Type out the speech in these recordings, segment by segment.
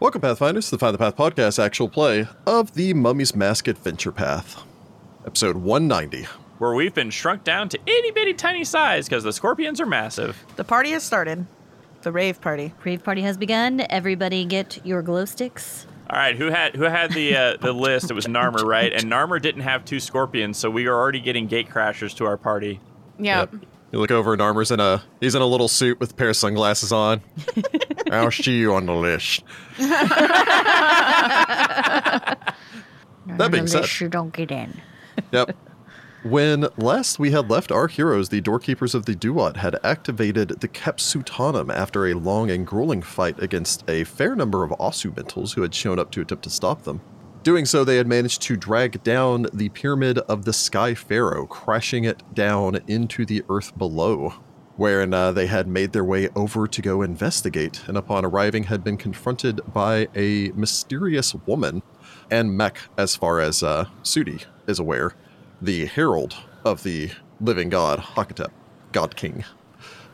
Welcome, Pathfinders, to the Find the Path podcast actual play of the Mummy's Mask Adventure Path, episode 190. where we've been shrunk down to itty bitty tiny size because the scorpions are massive. The party has started. The rave party. Rave party has begun. Everybody get your glow sticks. All right, who had who had the uh, the list? It was Narmer, right? And Narmer didn't have two scorpions, so we are already getting gate crashers to our party. Yep. You look over and Armor's in a he's in a little suit with a pair of sunglasses on. I'll see you on the list. That being Unless said- you don't get in. Yep. When last we had left our heroes, the doorkeepers of the Duat had activated the Kepsutanum after a long and grueling fight against a fair number of Osu mentals who had shown up to attempt to stop them. Doing so, they had managed to drag down the pyramid of the Sky Pharaoh, crashing it down into the earth below, wherein uh, they had made their way over to go investigate, and upon arriving had been confronted by a mysterious woman and Mech, as far as uh, Sudi is aware, the herald of the living god Hakatep, God King.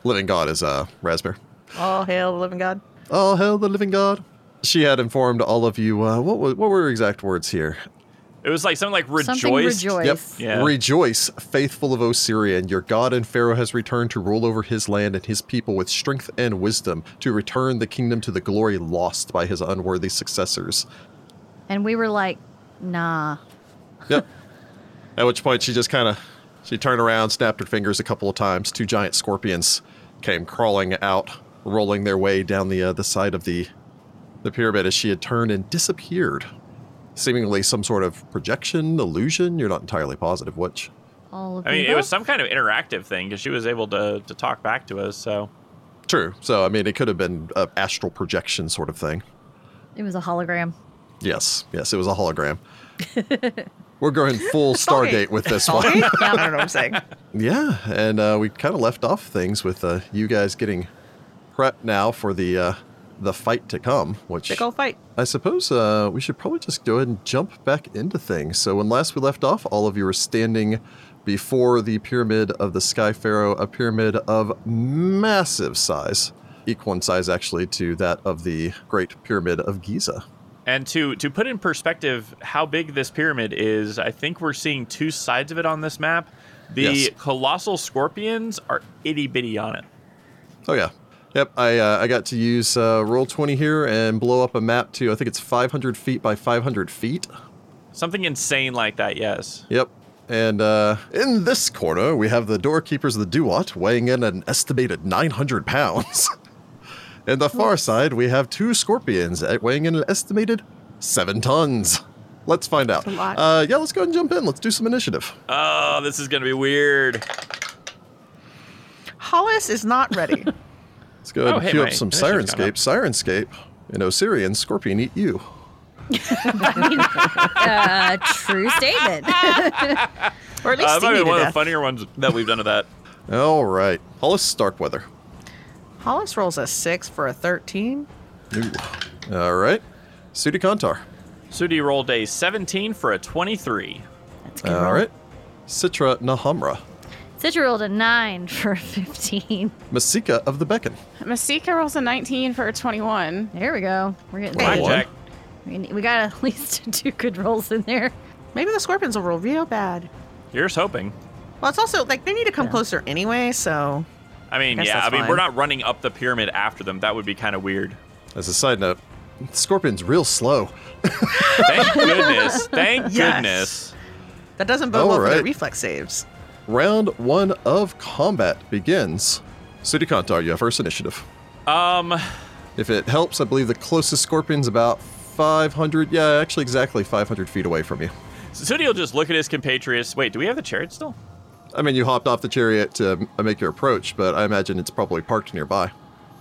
Living god is uh, Rasmir. All hail the living god. Oh, hell, the living god. She had informed all of you, uh, what, was, what were her exact words here? It was like something like Something rejoiced. rejoice. Yep. Yeah. Rejoice, faithful of Osirian. Your god and Pharaoh has returned to rule over his land and his people with strength and wisdom to return the kingdom to the glory lost by his unworthy successors. And we were like, nah. Yep. At which point she just kind of she turned around, snapped her fingers a couple of times. Two giant scorpions came crawling out, rolling their way down the uh, the side of the the pyramid as she had turned and disappeared. Seemingly some sort of projection, illusion. You're not entirely positive which. All of I mean, the it was above. some kind of interactive thing because she was able to to talk back to us. So True. So I mean, it could have been a astral projection sort of thing. It was a hologram. Yes, yes, it was a hologram. We're going full Stargate with this one. Sorry? I don't know what I'm saying. Yeah, and uh, we kind of left off things with uh, you guys getting prepped now for the uh, the fight to come, which Big old fight. I suppose uh, we should probably just go ahead and jump back into things. So when last we left off, all of you were standing before the pyramid of the Sky Pharaoh, a pyramid of massive size, equal in size actually to that of the Great Pyramid of Giza. And to to put in perspective how big this pyramid is, I think we're seeing two sides of it on this map. The Yes. colossal scorpions are itty bitty on it. Oh yeah. Yep, I, uh, I got to use uh, roll twenty here and blow up a map to I think it's five hundred feet by five hundred feet, Something insane like that, yes. Yep. And uh, in this corner, we have the doorkeepers of the Duat weighing in an estimated 900 pounds. in the far side, we have two scorpions at- weighing in an estimated seven tons. Let's find out. a lot. Uh, yeah, let's go ahead and jump in. Let's do some initiative. Oh, this is gonna be weird. Uh, Hollis is not ready. Let's go ahead Oh, and hey, queue my up some initiative's gone Sirenscape. Sirenscape and Osirian Scorpion Eat You. uh, true statement. Or at least Uh, he might be needed one of the death. funnier ones that we've done of that. All right. Hollis Starkweather. Hollis rolls a six for a 13. Ooh. All right. Sudi Kantar. Sudi rolled a 17 for a 23. That's a good All roll. right. Citra Nahamra. Citra rolled a nine for a 15. Masika of the Beacon. Masika rolls a 19 for a 21. There we go. We're getting Wow. there. What? Blackjack. We we got at least two good rolls in there. Maybe the scorpions will roll real bad. You're just hoping. Well, it's also like they need to come closer anyway, so. I mean, Guess yeah, I that's mean, fine. we're not running up the pyramid after them. That would be kind of weird. As a side note, Scorpion's real slow. Thank goodness. Thank Yes. goodness. That doesn't bode All well for their right. reflex saves. Round one of combat begins. City Kantar, you have first initiative. Um, If it helps, I believe the closest scorpion's about 500, yeah, actually exactly 500 feet away from you. Sudi will just look at his compatriots. Wait, do we have the chariot still? I mean, you hopped off the chariot to uh, make your approach, but I imagine it's probably parked nearby.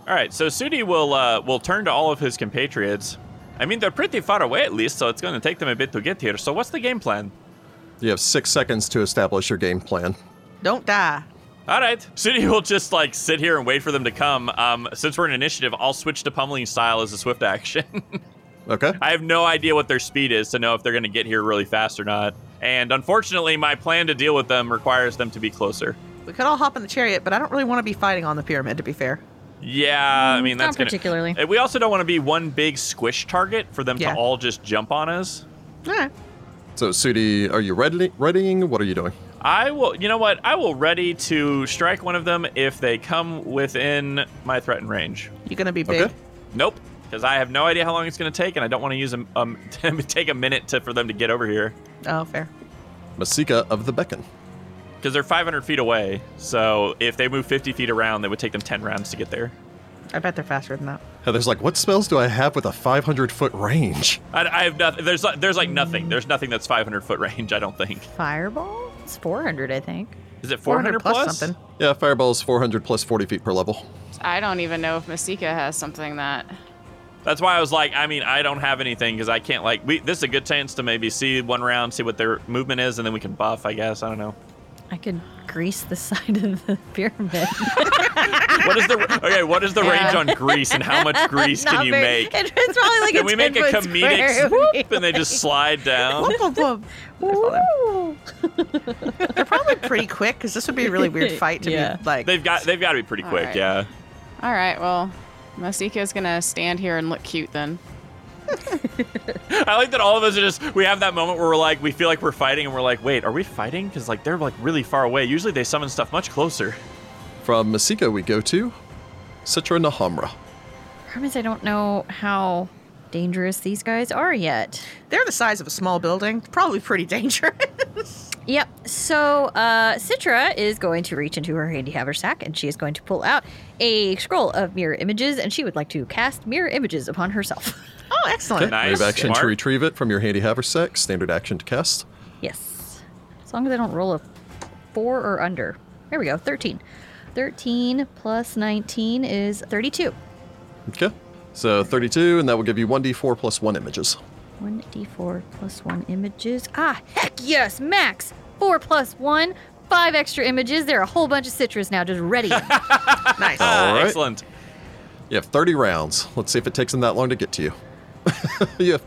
All right, so Sudi will uh, will turn to all of his compatriots. I mean, they're pretty far away at least, so it's going to take them a bit to get here. So what's the game plan? You have six seconds to establish your game plan. Don't die. All right. Sudi will just like sit here and wait for them to come. Um, since we're in initiative, I'll switch to pummeling style as a swift action. Okay? I have no idea what their speed is to know if they're going to get here really fast or not. And unfortunately, my plan to deal with them requires them to be closer. We could all hop in the chariot, but I don't really want to be fighting on the pyramid, to be fair. Yeah, I mean Mm, not that's gonna- particularly. Uh, We also don't want to be one big squish target for them Yeah. to all just jump on us. All right. So, Sudi, are you ready- readying? What are you doing? I will. You know what? I will ready to strike one of them if they come within my threatened range. You gonna be big? Okay. Nope, because I have no idea how long it's going to take, and I don't want to use them. Um, take a minute to, for them to get over here Oh, fair. Masika of the Beacon. because they're 500 feet away. So if they move 50 feet around, it would take them 10 rounds to get there. I bet they're faster than that. Heather's like, what spells do I have with a 500 foot range? I, I have nothing. There's like- there's like nothing. There's nothing that's 500 foot range. I don't think. Fireball? It's 400, I think. Is it 400, 400 plus something. Yeah, fireball's 400 plus 40 feet per level. I don't even know if Masika has something that. That's why I was like, I mean, I don't have anything because I can't like. We this is a good chance to maybe see one round, see what their movement is, and then we can buff. I guess I don't know. I could grease the side of the pyramid. What is the okay? What is the range Yeah. on grease, and how much grease Not can you very- make? It, it's probably like Can a we make a 10 foot comedic square. swoop and they just slide down? Whoop, whoop, whoop. They're fine. Woo! They're probably pretty quick because this would be a really weird fight to Yeah. be like. They've got they've got to be pretty quick, Alright. yeah. All right, well, Masika's gonna stand here and look cute then. I like that all of us are just we have that moment where we're like we feel like we're fighting and we're like, wait, are we fighting? Because like they're like really far away. Usually they summon stuff much closer. From Masika, we go to Citra Nahamra. Promise I don't know how dangerous these guys are yet. They're the size of a small building. Probably pretty dangerous. Yep. So uh, Citra is going to reach into her handy haversack and she is going to pull out a scroll of mirror images and she would like to cast mirror images upon herself. oh, excellent. Nice. Move action smart. to retrieve it from your handy haversack. Standard action to cast. yes. As long as I don't roll a four or under. There we go. 13. 13 plus 19 is 32. Okay. So 32, and that will give you 1d4 plus 1 images. 1d4 plus 1 images. Ah, heck yes, max! 4 plus 1, 5 extra images. There are a whole bunch of citrus now just ready. Nice. Oh. Ah, Alright. Excellent. You have 30 rounds. Let's see if it takes them that long to get to you. you, have,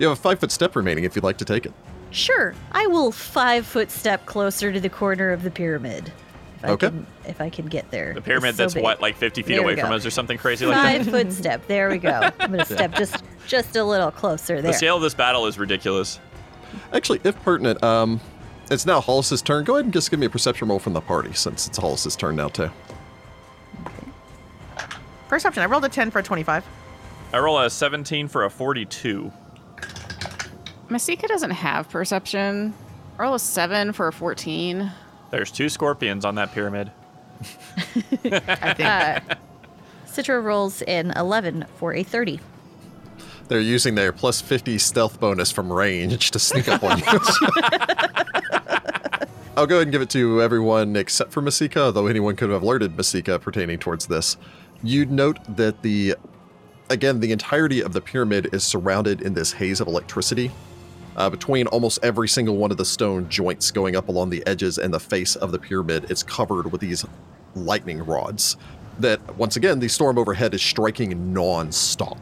you have a 5 foot step remaining if you'd like to take it. sure, I will 5 foot step closer to the corner of the pyramid. If I Okay. Can, if I can get there. The pyramid It's so that's big. what, like fifty feet There we away from go. us or something crazy like that? 5 foot step. There we go. I'm going to step just just a little closer The there. scale of this battle is ridiculous. Actually, if pertinent, um, it's now Hollis's turn. Go ahead and just give me a perception roll from the party since it's Hollis's turn now, too. Perception. I rolled a 10 for a 25. I roll a seventeen for a forty-two. Masika doesn't have perception. Roll a seven for a 14. There's two scorpions on that pyramid. I think. Citra rolls an 11 for a 30. They're using their plus 50 stealth bonus from range to sneak up on you. I'll go ahead and give it to everyone except for Masika, though anyone could have alerted Masika pertaining towards this. You'd note that the, again, the entirety of the pyramid is surrounded in this haze of electricity uh, between almost every single one of the stone joints going up along the edges and the face of the pyramid, it's covered with these lightning rods that, once again, the storm overhead is striking non-stop.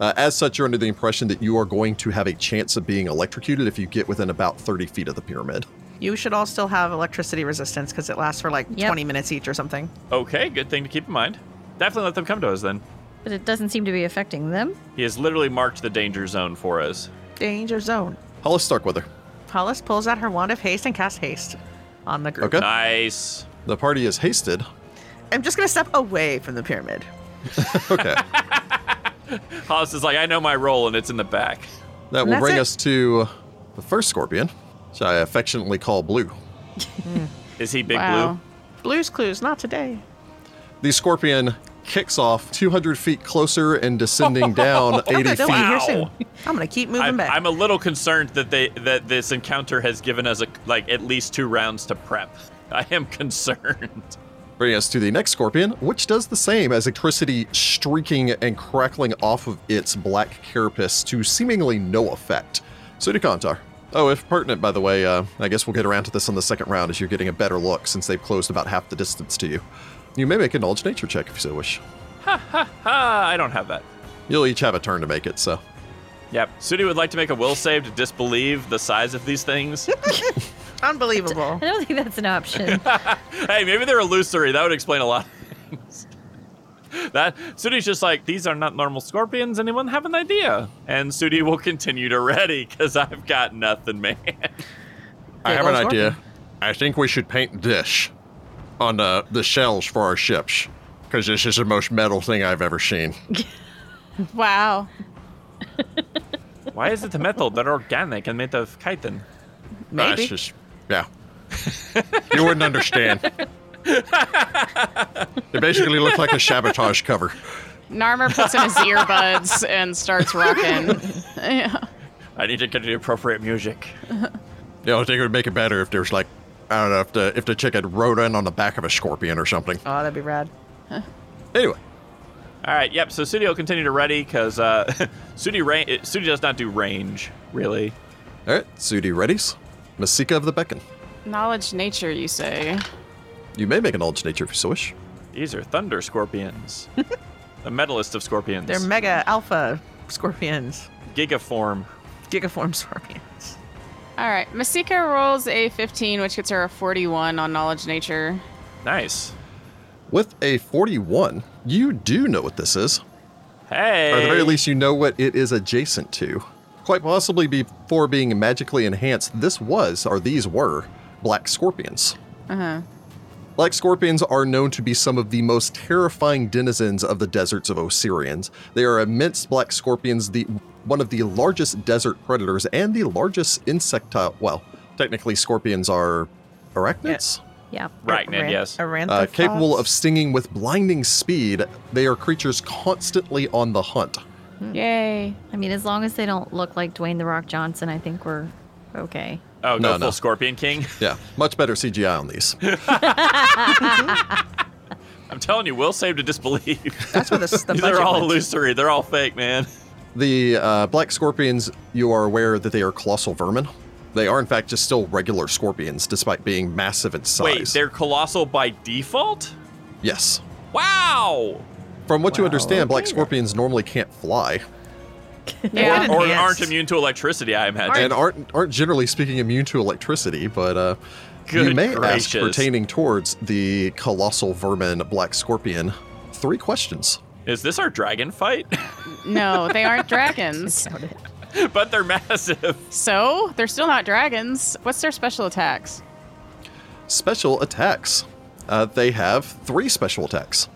Uh, as such, you're under the impression that you are going to have a chance of being electrocuted if you get within about 30 feet of the pyramid. You should all still have electricity resistance because it lasts for like Yep. 20 minutes each or something. Okay, good thing to keep in mind. Definitely let them come to us then. But it doesn't seem to be affecting them. He has literally marked the danger zone for us. Danger zone. Hollis Starkweather. Hollis pulls out her wand of haste and casts haste on the group. Okay. Nice. The party is hasted. I'm just going to step away from the pyramid. Okay. Hollis is like, I know my role and it's in the back. That will that's bring it. us to the first scorpion, which I affectionately call Blue. Is he big wow. blue? Blue's clues, not today. The scorpion kicks off 200 feet closer and descending down 80 Okay, they'll be feet. here Wow. soon. I'm going to keep moving I'm, back. I'm a little concerned that they that this encounter has given us a, like at least two rounds to prep. I am concerned. Bringing us to the next scorpion, which does the same as electricity streaking and crackling off of its black carapace to seemingly no effect. Sudikantar. Oh, if pertinent, by the way, uh, I guess we'll get around to this on the second round as you're getting a better look since they've closed about half the distance to you. You may make a knowledge nature check if you so wish. Ah, I don't have that. You'll each have a turn to make it, so. Yep. Sudi would like to make a will save to disbelieve the size of these things. Unbelievable. I don't think that's an option. hey, maybe they're illusory. That would explain a lot. that Sudi's just like, these are not normal scorpions. Anyone have an idea? And Sudi will continue to ready because I've got nothing, man. I have an Well, it's idea. I think we should paint this on uh, the shells for our ships because this is the most metal thing I've ever seen. Wow. Why is it the metal? They're organic and made of chitin. Nah, it's Maybe. just- yeah. you wouldn't understand. it basically looked like a sabotage cover. Narmer puts in his earbuds and starts rocking. Yeah. I need to get the appropriate music. You know, I think it would make it better if there's like, I don't know, if the if the chick had rode in on the back of a scorpion or something. Oh, that'd be rad. Anyway, All right, yep. So Sudi will continue to ready because uh, Sudi ra- Sudi does not do range really. all right, Sudi readies. Masika of the Beacon. Knowledge nature, you say. You may make an knowledge nature if you so wish. These are thunder scorpions, the metalist of scorpions. They're mega alpha scorpions, gigaform. gigaform scorpions. All right. Masika rolls a 15, which gets her a 41 on knowledge nature. Nice. With a 41, you do know what this is. Hey. Or at the very least, you know what it is adjacent to. Quite possibly before being magically enhanced, this was, or these were, black scorpions. Uh huh. Black scorpions are known to be some of the most terrifying denizens of the deserts of Osirians. They are immense black scorpions, the one of the largest desert predators and the largest insectile. Well, technically, scorpions are arachnids. Yeah. Right, Ned, Aran- yes. Uh, Aranthophobes? capable of stinging with blinding speed, they are creatures constantly on the hunt. Yay. I mean, as long as they don't look like Dwayne the Rock Johnson, I think we're okay. Oh, go No, full no. scorpion king. Yeah, much better CGI on these. I'm telling you, Will saved to disbelieve. That's where the, the These are budget all went. illusory. They're all fake, man. The uh, black scorpions, you are aware that they are colossal vermin. They are, in fact, just still regular scorpions, despite being massive in size. Wait, they're colossal by default? yes. Wow. From what you Wow, understand, black okay. scorpions normally can't fly Yeah. Or aren't Enhanced. immune to electricity, I imagine. and aren't aren't generally speaking immune to electricity. But uh, you Good may ask gracious. pertaining towards the colossal vermin black scorpion three questions. Is this our dragon fight? No, they aren't dragons. Doubt it. but they're massive. So they're still not dragons. What's their special attacks? Special attacks. Uh, they have three special attacks.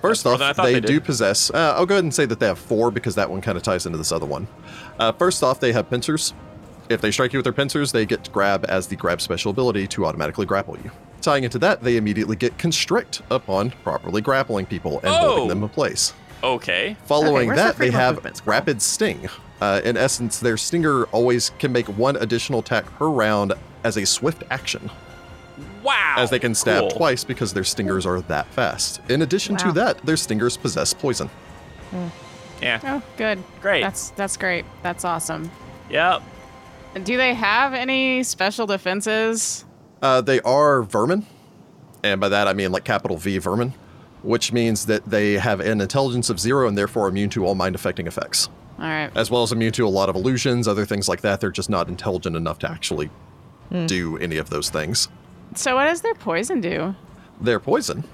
First more off, than I they, thought they did. do possess. Uh, I'll go ahead and say that they have four because that one kind of ties into this other one. Uh, first off, they have pincers. If they strike you with their pincers, they get to grab as the grab special ability to automatically grapple you. Tying into that, they immediately get constrict upon properly grappling people and Oh. holding them in place. Okay. Following where's the that, they freedom of have movement scroll? rapid sting. Uh, in essence, their stinger always can make one additional attack per round as a swift action Wow. as they can stab Cool. twice because their stingers are that fast. In addition to Wow. that, their stingers possess poison. Yeah. Oh, good. Great. That's that's great. That's awesome. Yep. Do they have any special defenses? Uh, they are vermin, and by that I mean like capital V vermin, which means that they have an intelligence of zero and therefore immune to all mind affecting effects, All right. as well as immune to a lot of illusions, other things like that. They're just not intelligent enough to actually do any of those things. So what does their poison do? Their poison.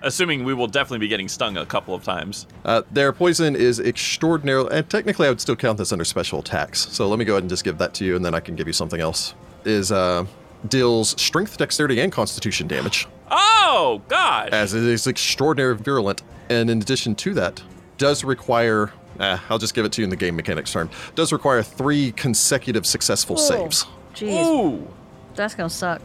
Assuming we will definitely be getting stung a couple of times. Uh, their poison is extraordinarily, and technically, I would still count this under special attacks. So let me go ahead and just give that to you, and then I can give you something else. Is uh, deals strength, dexterity, and constitution damage, Oh gosh. as it is extraordinarily virulent. And in addition to that, does require. Uh, I'll just give it to you in the game mechanics term. Does require three consecutive successful saves. Jeez, Ooh. that's gonna suck.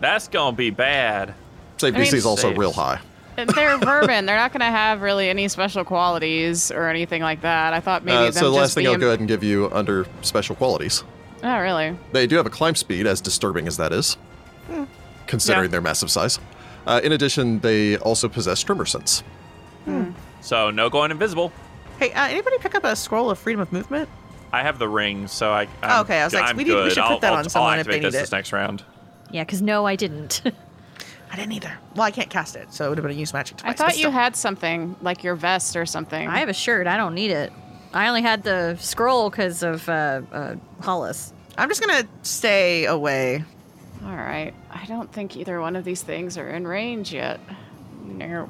That's gonna be bad. Save I mean, DC is also saves. real high. They're vermin. They're not going to have really any special qualities or anything like that. I thought maybe Uh, them so the last just thing being... I'll go ahead and give you under special qualities. Oh, really? They do have a climb speed, as disturbing as that is, considering Yeah. their massive size. Uh, in addition, they also possess tremor sense. So no going invisible. Hey, uh, anybody pick up a scroll of freedom of movement? I have the ring, so I. I'm, Oh, okay, I was like, I'm we need- we good. should put I'll, that I'll, on someone I'll if they activate this need it. this next round. Yeah, because no, I didn't. I didn't either. Well, I can't cast it, so it would have been a use magic I device. but thought you still. had something like your vest or something. I have a shirt. I don't need it. I only had the scroll because of uh, uh, Hollis. I'm just gonna stay away. All right. I don't think either one of these things are in range yet. Nope.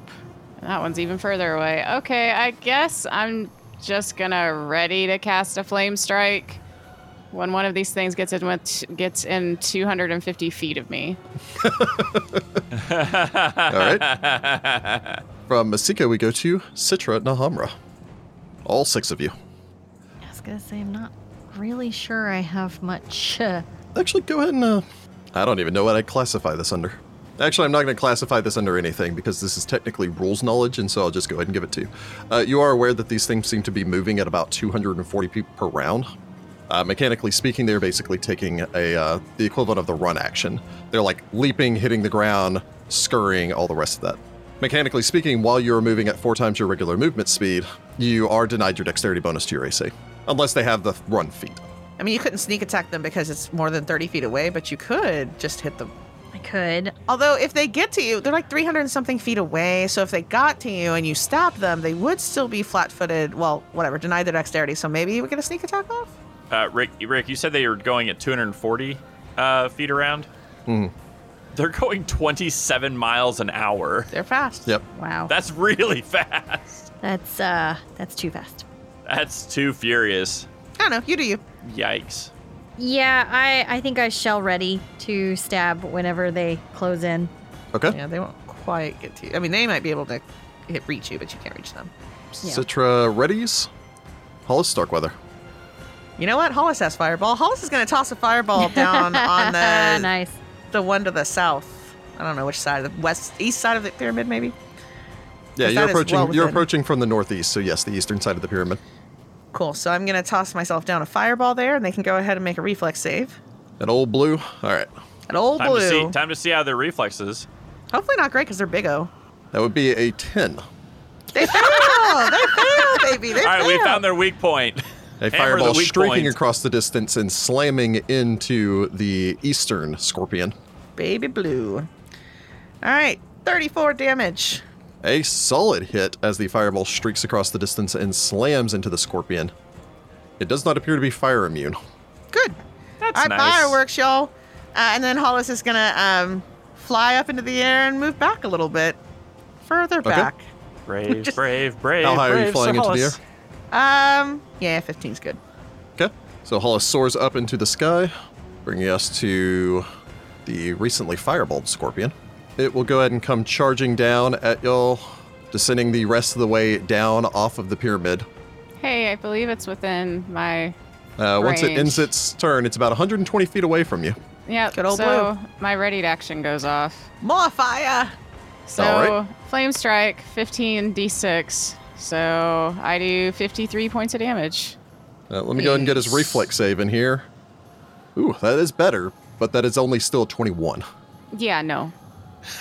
That one's even further away. Okay, I guess I'm just gonna ready to cast a flame strike when one of these things gets in with gets in 250 feet of me. All right. From Masika, we go to Citra Nahamra. All six of you. I was gonna say I'm not really sure I have much. Uh, Actually, go ahead and. Uh, I don't even know what I'd classify this under. Actually, I'm not going to classify this under anything because this is technically rules knowledge, and so I'll just go ahead and give it to you. Uh, you are aware that these things seem to be moving at about 240 feet per round. Uh, mechanically speaking, they're basically taking a uh, the equivalent of the run action. They're like leaping, hitting the ground, scurrying, all the rest of that. Mechanically speaking, while you're moving at four times your regular movement speed, you are denied your dexterity bonus to your AC, unless they have the run feat. I mean, you couldn't sneak attack them because it's more than 30 feet away, but you could just hit them. I could. Although, if they get to you, they're like 300 and something feet away. So if they got to you and you stab them, they would still be flat footed. Well, whatever, denied their dexterity. So maybe you would get a sneak attack off? Uh, Rick, Rick, you said they were going at 240 uh, feet around. Hmm. They're going 27 miles an hour. They're fast. Yep. Wow. That's really fast. that's uh, that's too fast. That's too furious. I don't know. You do you. Yikes. Yeah, I I think I shell ready to stab whenever they close in. Okay. Yeah, they won't quite get to you. I mean, they might be able to hit, reach you, but you can't reach them. Yeah. Citra readies. Hollis Starkweather. You know what? Hollis has fireball. Hollis is going to toss a fireball down on the Ah, nice. the one to the south. I don't know which side, the west, east side of the pyramid, maybe. Yeah, Is you're that as approaching. well you're within- approaching from the northeast, so yes, the eastern side of the pyramid. Cool. So I'm gonna toss myself down a fireball there, and they can go ahead and make a reflex save. An old blue. All right, An old Time blue. to see. Time to see how their reflexes. Hopefully not great because they're big O. that would be a ten. They fail. they fail, baby. They All right, fail. we found their weak point. A Hammer the fireball weak streaking point. across the distance and slamming into the eastern scorpion. baby blue. All right, 34 damage. A solid hit as the fireball streaks across the distance and slams into the scorpion. It does not appear to be fire immune. Good. That's All right, nice. fireworks, y'all. Uh, and then Hollis is gonna um, fly up into the air and move back a little bit, further back. Brave, brave, brave. How high are you brave flying Sir into the Hollis. air? Um, yeah, 15's good. Okay. So Hollis soars up into the sky, bringing us to the recently fireballed scorpion. It will go ahead and come charging down at y'all, descending the rest of the way down off of the pyramid. Hey, I believe it's within my Uh, once it Range. ends its turn, it's about 120 feet away from you. yeah. Good old so my readied action goes off. More fire. So All flame strike, 15 d6. So I do 53 points of damage. Uh, let me go ahead and get his reflex save in here. Ooh, that is better, but that is only still 21. Yeah, no.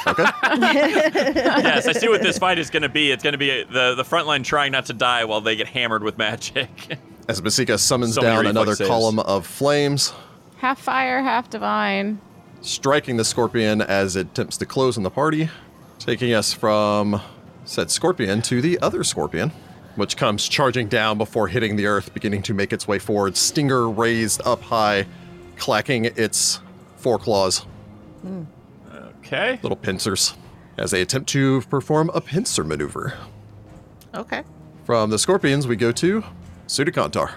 Okay. yes, I see what this fight is going to be. It's going to be uh, the the front line trying not to die while they get hammered with magic. As Masika summons So many down reflex another saves. column of flames, Half fire, half divine. striking the scorpion as it attempts to close on the party, taking us from said scorpion to the other scorpion, which comes charging down before hitting the earth, beginning to make its way forward, stinger raised up high, clacking its foreclaws, okay. little pincers, as they attempt to perform a pincer maneuver. Okay. From the scorpions, we go to Sudikantar.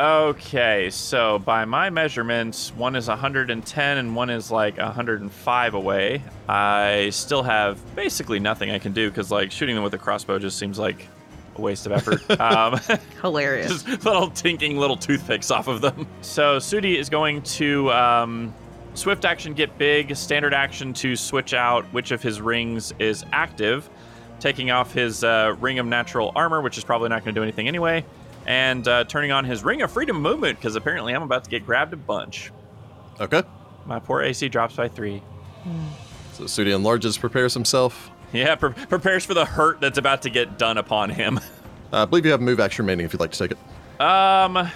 Okay, so by my measurements, one is 110 and one is like 105 away. I still have basically nothing I can do because like shooting them with a crossbow just seems like a waste of effort. um, Hilarious. just little tinking little toothpicks off of them. So Sudi is going to um, swift action get big, standard action to switch out which of his rings is active, taking off his uh, ring of natural armor, which is probably not going to do anything anyway, and uh, turning on his ring of freedom movement because apparently I'm about to get grabbed a bunch. Okay. My poor AC drops by three. So Sudi enlarges, prepares himself. Yeah, pre- prepares for the hurt that's about to get done upon him. Uh, I believe you have move action remaining if you'd like to take it. Um,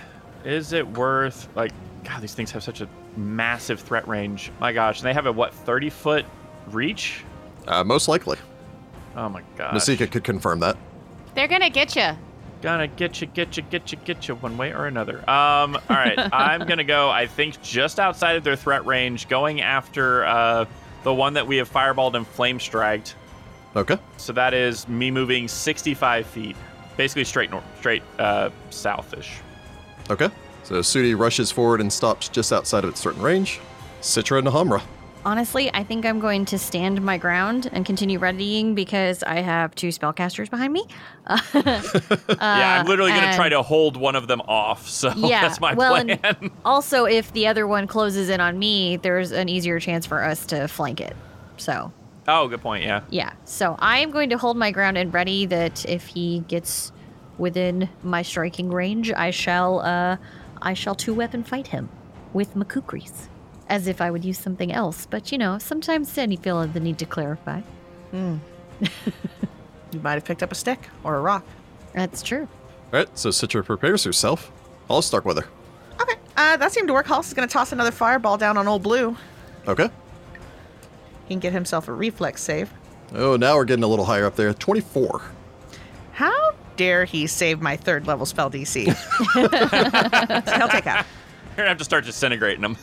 is it worth like God? These things have such a massive threat range. My gosh, and they have a what thirty foot reach? Uh, most likely. Oh my God! Masika could confirm that. They're gonna get you. Gonna get you, get you, get you, get you one way or another. Um, all right, I'm gonna go. I think just outside of their threat range, going after uh the one that we have fireballed and flame striked. Okay. So that is me moving 65 feet, basically straight north, straight uh, southish. Okay. So Sudi rushes forward and stops just outside of its certain range. Citra and Nahamra. Honestly, I think I'm going to stand my ground and continue readying because I have two spellcasters behind me. yeah, I'm literally going to Uh, and- try to hold one of them off. So yeah, Oh, that's my well, plan. And also, if the other one closes in on me, there's an easier chance for us to flank it. So oh, good point. Yeah. yeah, so I am going to hold my ground and ready that if he gets within my striking range, I shall uh, I shall two weapon fight him with Makukris, as if I would use something else. But you know, sometimes Sandy feel the need to clarify. You might have picked up a stick or a rock. That's true. All right. So Citra prepares herself. All Starkweather. Okay, uh, that seemed to work. Hulse is going to toss another fireball down on old blue. Okay. He can get himself a reflex save. Oh, now we're getting a little higher up there. 24. How dare he save my third level spell DC? He'll take that. You're going to have to start disintegrating them.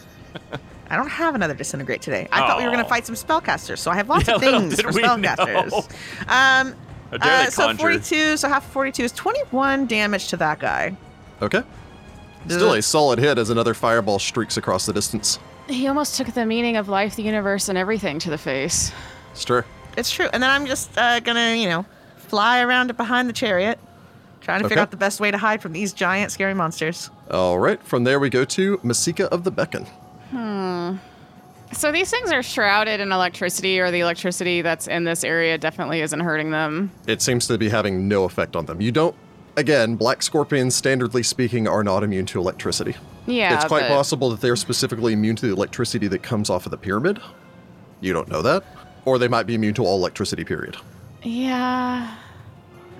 I don't have another disintegrate today. I thought we were going Oh. to fight some spellcasters, so I have lots Yeah, of little things did for we know. spellcasters. Um, How dare they so conjure. 42, so half of 42 is 21 damage to that guy. Okay. Still a solid hit as another fireball streaks across the distance. He almost took the meaning of life, the universe, and everything to the face. Stir. It's true. And then I'm just uh, going to, you know, fly around behind the chariot, trying to Okay. figure out the best way to hide from these giant, scary monsters. All right. From there, we go to Masika of the Beacon. So these things are shrouded in electricity, or the electricity that's in this area definitely isn't hurting them. It seems to be having no effect on them. You don't. Again, black scorpions, standardly speaking, are not immune to electricity. Yeah, it's quite but- possible that they're specifically immune to the electricity that comes off of the pyramid. You don't know that. Or they might be immune to all electricity, period. Yeah,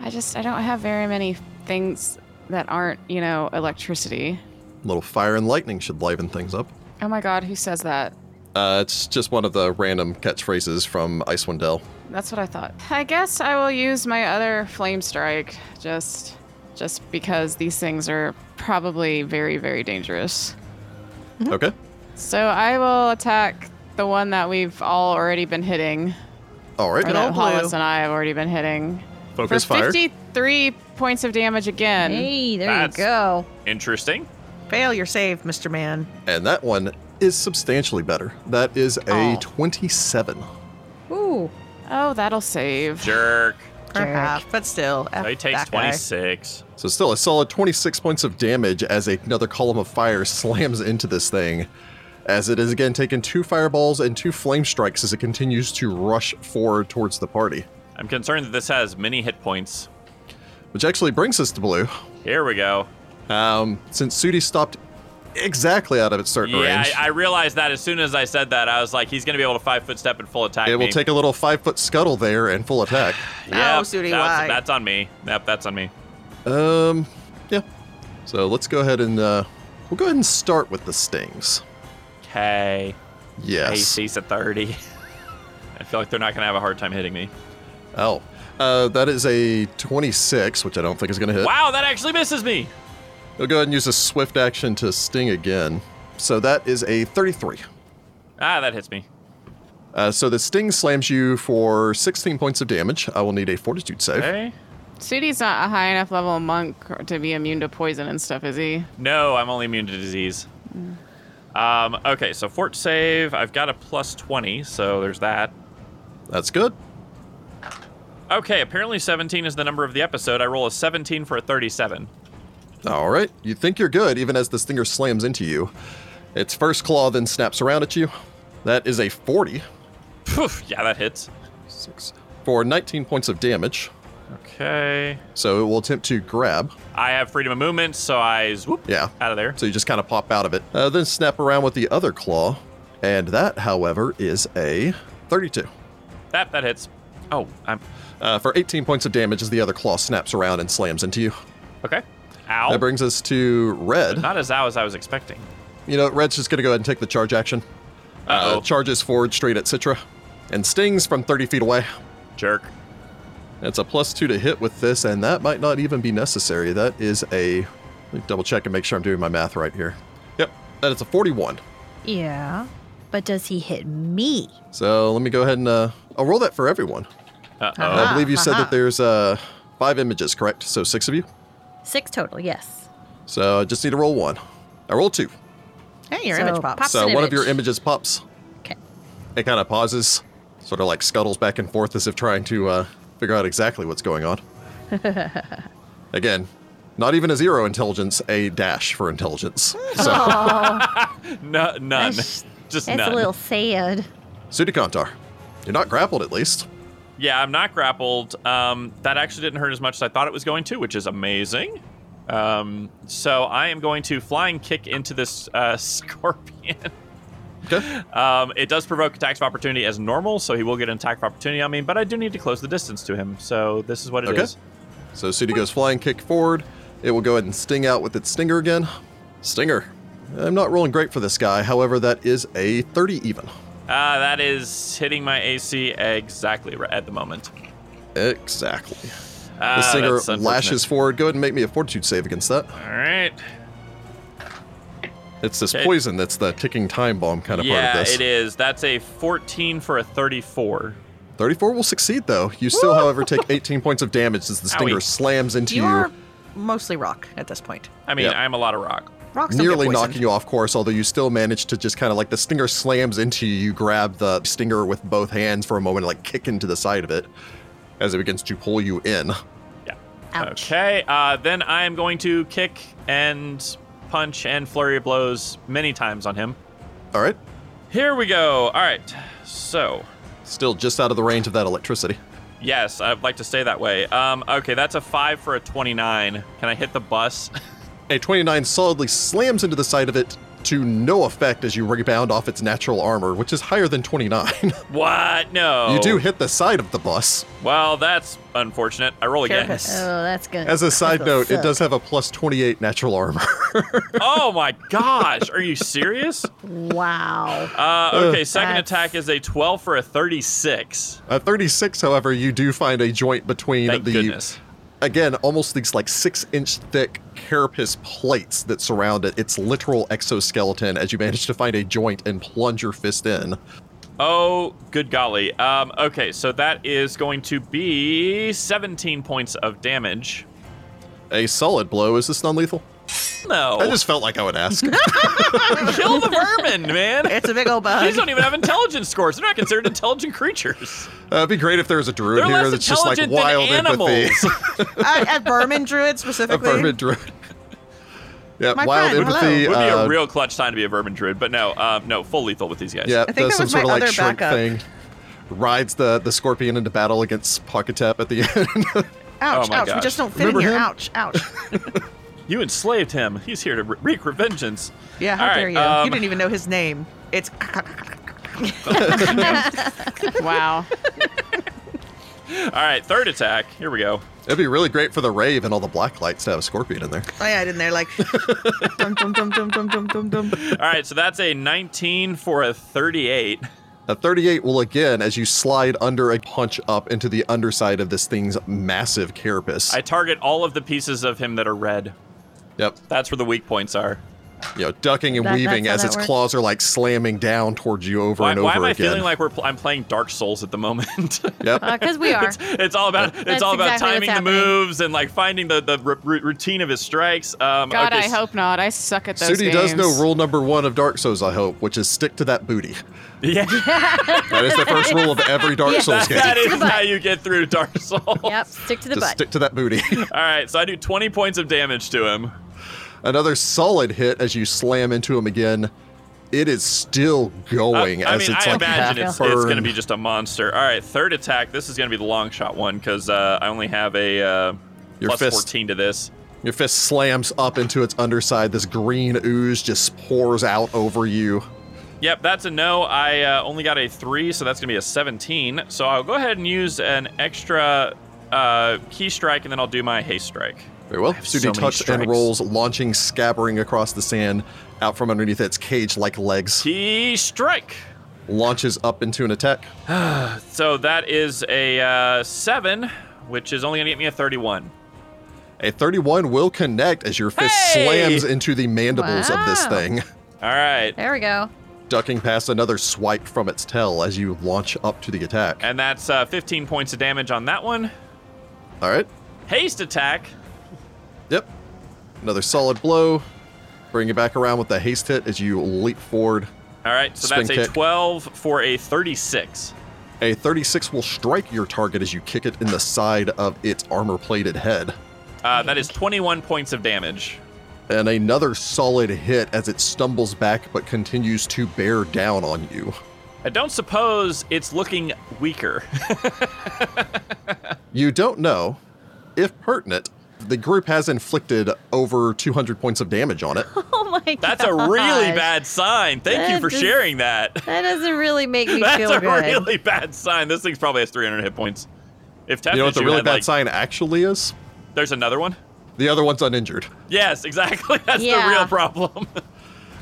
I just I don't have very many things that aren't you know electricity. A little fire and lightning should liven things up. Oh my God, who says that? Uh, it's just one of the random catchphrases from Icewind Dale. That's what I thought. I guess I will use my other flame strike just just because these things are probably very very dangerous. Mm-hmm. Okay. So I will attack the one that we've all already been hitting. All right. Or that old blue. Hollis and I have already been hitting. Focus For fire. 53 points of damage again. Hey, there That's- you go. Interesting. Fail your save, Mr. Man. And that one is substantially better. That is a Oh. 27. Ooh. Oh, that'll save. Jerk. Or Jerk. half, but still. F So he takes that guy. 26. So still a solid 26 points of damage as another column of fire slams into this thing. As it is again taking two fireballs and two flame strikes as it continues to rush forward towards the party. I'm concerned that this has many hit points. Which actually brings us to blue. Here we go. Um, since Sudi stopped exactly out of its certain Yeah, range, I, I realized that as soon as I said that, I was like, he's going to be able to five foot step and full attack. it will me. take a little five foot scuttle there and full attack. Yeah, Oh, Sudi, that's, why? that's on me. Yep, that's on me. Um, yeah. So let's go ahead and uh, we'll go ahead and start with the stings. Okay. Yes. AC's at 30. I feel like they're not going to have a hard time hitting me. Oh, uh, that is a 26, which I don't think is going Uh. to hit. Wow, that actually misses me. I'll go ahead and use a swift action to sting again. So that is a 33. Ah, that hits me. Uh, so the sting slams you for 16 points of damage. I will need a fortitude save. Okay. Sudi's not a high enough level monk to be immune to poison and stuff, is he? No, I'm only immune to disease. Um, okay, so fort save. I've got a plus 20, so there's that. That's good. Okay, apparently 17 is the number of the episode. I roll a 17 for a 37. All right. You think you're good even as the stinger slams into you. Its first claw then snaps around at you. That is a 40 Phew, yeah, that hits. six, for 19 points of damage. Okay. So it will attempt to grab. I have freedom of movement, so I swoop Yeah. out of there. So you just kind of pop out of it. Uh, then snap around with the other claw. And that, however, is a 32. That that hits. Oh, I'm Uh, for 18 points of damage as the other claw snaps around and slams into you. okay. Ow. That brings us to Red. Oh. Not as ow as I was expecting. You know, Red's just going to go ahead and take the charge action. Uh, Uh-oh. charges forward straight at Citra and stings from 30 feet away. Jerk. That's a plus two to hit with this, and that might not even be necessary. That is a. Let me double check and make sure I'm doing my math right here. Yep, that is a 41. Yeah. But does he hit me? So let me go ahead and uh, I'll roll that for everyone. Uh oh. I Uh-huh. Ah, believe you said aha. that there's uh, five images, correct? So six of you. Six total, yes. So I just need to roll one. I roll two. Hey, your So, image pops. pop- Pops so an one of image. your images pops. Okay. It kind of pauses, sort of like scuttles back and forth as if trying to uh, figure out exactly what's going on. Again, not even a zero intelligence, a dash for intelligence. So, No, none. That's- Just That's none. a little sad. Sudikantar, you're not grappled at least. Yeah, I'm not grappled. Um, that actually didn't hurt as much as I thought it was going to, which is amazing. Um, so I am going to flying kick into this uh, scorpion. Okay. Um, it does provoke attacks of opportunity as normal, so he will get an attack of opportunity on me, but I do need to close the distance to him. So this is what it is. Okay. So Sudi goes flying kick forward. It will go ahead and sting out with its stinger again. Stinger. I'm not rolling great for this guy. However, that is a 30 even. Uh, that is hitting my AC exactly right at the moment. Exactly. Uh, The stinger that's unfortunate. lashes forward. Go ahead and make me a fortitude save against that. All right. It's this Okay. poison that's the ticking time bomb kind of yeah, part of this. it is. That's a 14 for a 34. 34 will succeed, though. You still, however, take 18 points of damage as the stinger Owie. slams into you you, are mostly rock at this point. I mean, Yep. I'm a lot of rock. Rocks don't get nearly poisoned. knocking you off course, although you still manage to just kind of like the stinger slams into you. You grab the stinger with both hands for a moment, and, like kick into the side of it as it begins to pull you in. Ouch. Okay, uh, then I am going to kick and punch and flurry of blows many times on him. All right. Here we go. All right, so Still just out of the range of that electricity. yes, I'd like to stay that way. Um, okay, that's a five for a 29. Can I hit the bus? A 29 solidly slams into the side of it to no effect as you rebound off its natural armor, which is higher than 29. what? No. You do hit the side of the bus. Well, that's unfortunate. I roll again. Carapace. Oh, that's good. As a side That'll note, it suck. does have a plus 28 natural armor. oh my gosh, are you serious? Wow. Uh, okay, second That's- attack is a 12 for a 36. At 36, however, you do find a joint between Thank the, goodness. again, almost these like six inch thick carapace plates that surround it, its literal exoskeleton, as you manage to find a joint and plunge your fist in. Oh, good golly. Um, okay, so that is going to be 17 points of damage. A solid blow. Is this non lethal? No. I just felt like I would ask. Kill the vermin, man. It's a big old bug. These don't even have intelligence scores. They're not considered intelligent creatures. Uh, it'd be great if there was a druid They're here less that's just like intelligent than wild empathy. animals. at, at Berman Druid a specifically. vermin druid. Yeah, My wild friend, empathy. Would be uh, a real clutch time to be a vermin druid, but no, um, no, full lethal with these guys. Yeah, think does that some was sort of my like other shrink backup. thing. Rides the the scorpion into battle against Pocket Tap at the end. Ouch, Oh my ouch. We gosh. just don't fit Remember in here. him? Ouch, ouch. You enslaved him. He's here to re- wreak vengeance. Yeah, how All right, dare you? you um, didn't e- even know his name. It's Wow. All right, third attack. Here we go. It'd be really great for the rave and all the black lights to have a scorpion in there. oh yeah, in there like dum dum dum dum dum dum dum dum. All right, so that's a 19 for a 38. A 38 will again, as you slide under a punch up into the underside of this thing's massive carapace. I target all of the pieces of him that are red. yep. That's where the weak points are. You know, ducking and That- weaving that's as how its that claws are like slamming down towards you over Why, and over why am I again. feeling like we're pl- I'm playing Dark Souls at the moment? yep. Because Uh, we are. it's, it's all about it's That's all about exactly timing what's the happening. moves and like finding the the r- r- routine of his strikes. Um, God, okay, I s- hope not. I suck at those Sudi games. does know rule number one of Dark Souls, I hope, which is stick to that booty. Yeah, That is the first rule of every Dark Yeah. Souls that, game. that Stick to is the butt. how you get through Dark Souls. Yep, stick to the Just butt. stick to that booty. All right, so I do 20 points of damage to him. Uh, Another solid hit as you slam into him again. It is still going Uh, I, I as mean, it's I like half imagine it's, it's going to burned. be just a monster. All right, third attack. This is going to be the long shot one because uh, I only have a uh, Your plus fist. 14 to this. Your fist slams up into its underside. This green ooze just pours out over you. Yep, that's a no. I uh, only got a three, so that's gonna be a 17. So I'll go ahead and use an extra uh, key strike, and then I'll do my haste strike. Very well. have Sudi so many tucks strikes. and rolls, launching, scabbering across the sand out from underneath its cage like legs. Key strike. Launches up into an attack. So that is a uh, seven, which is only gonna get me a 31. A 31 will connect as your fist Hey! slams into the mandibles of this Wow. thing. All right. There we go. ducking past another swipe from its tail as you launch up to the attack. And that's uh, 15 points of damage on that one. All right. Haste attack. Yep. Another solid blow. Bring it back around with the haste hit as you leap forward. All right, so Spin that's a kick. 12 for a 36. A 36 will strike your target as you kick it in the side of its armor plated head. Uh, that is 21 points of damage. And another solid hit as it stumbles back but continues to bear down on you. I don't suppose it's looking weaker. You don't know if pertinent. The group has inflicted over 200 points of damage on it. Oh my god. That's a really bad sign. Thank you That for is- sharing that. That doesn't really make me That's feel a good. really bad sign. This thing's probably has 300 hit points. If Tefnut, you know what the really had, bad like, sign actually is? There's another one. The other one's uninjured. Yes, exactly. That's the Yeah. real problem.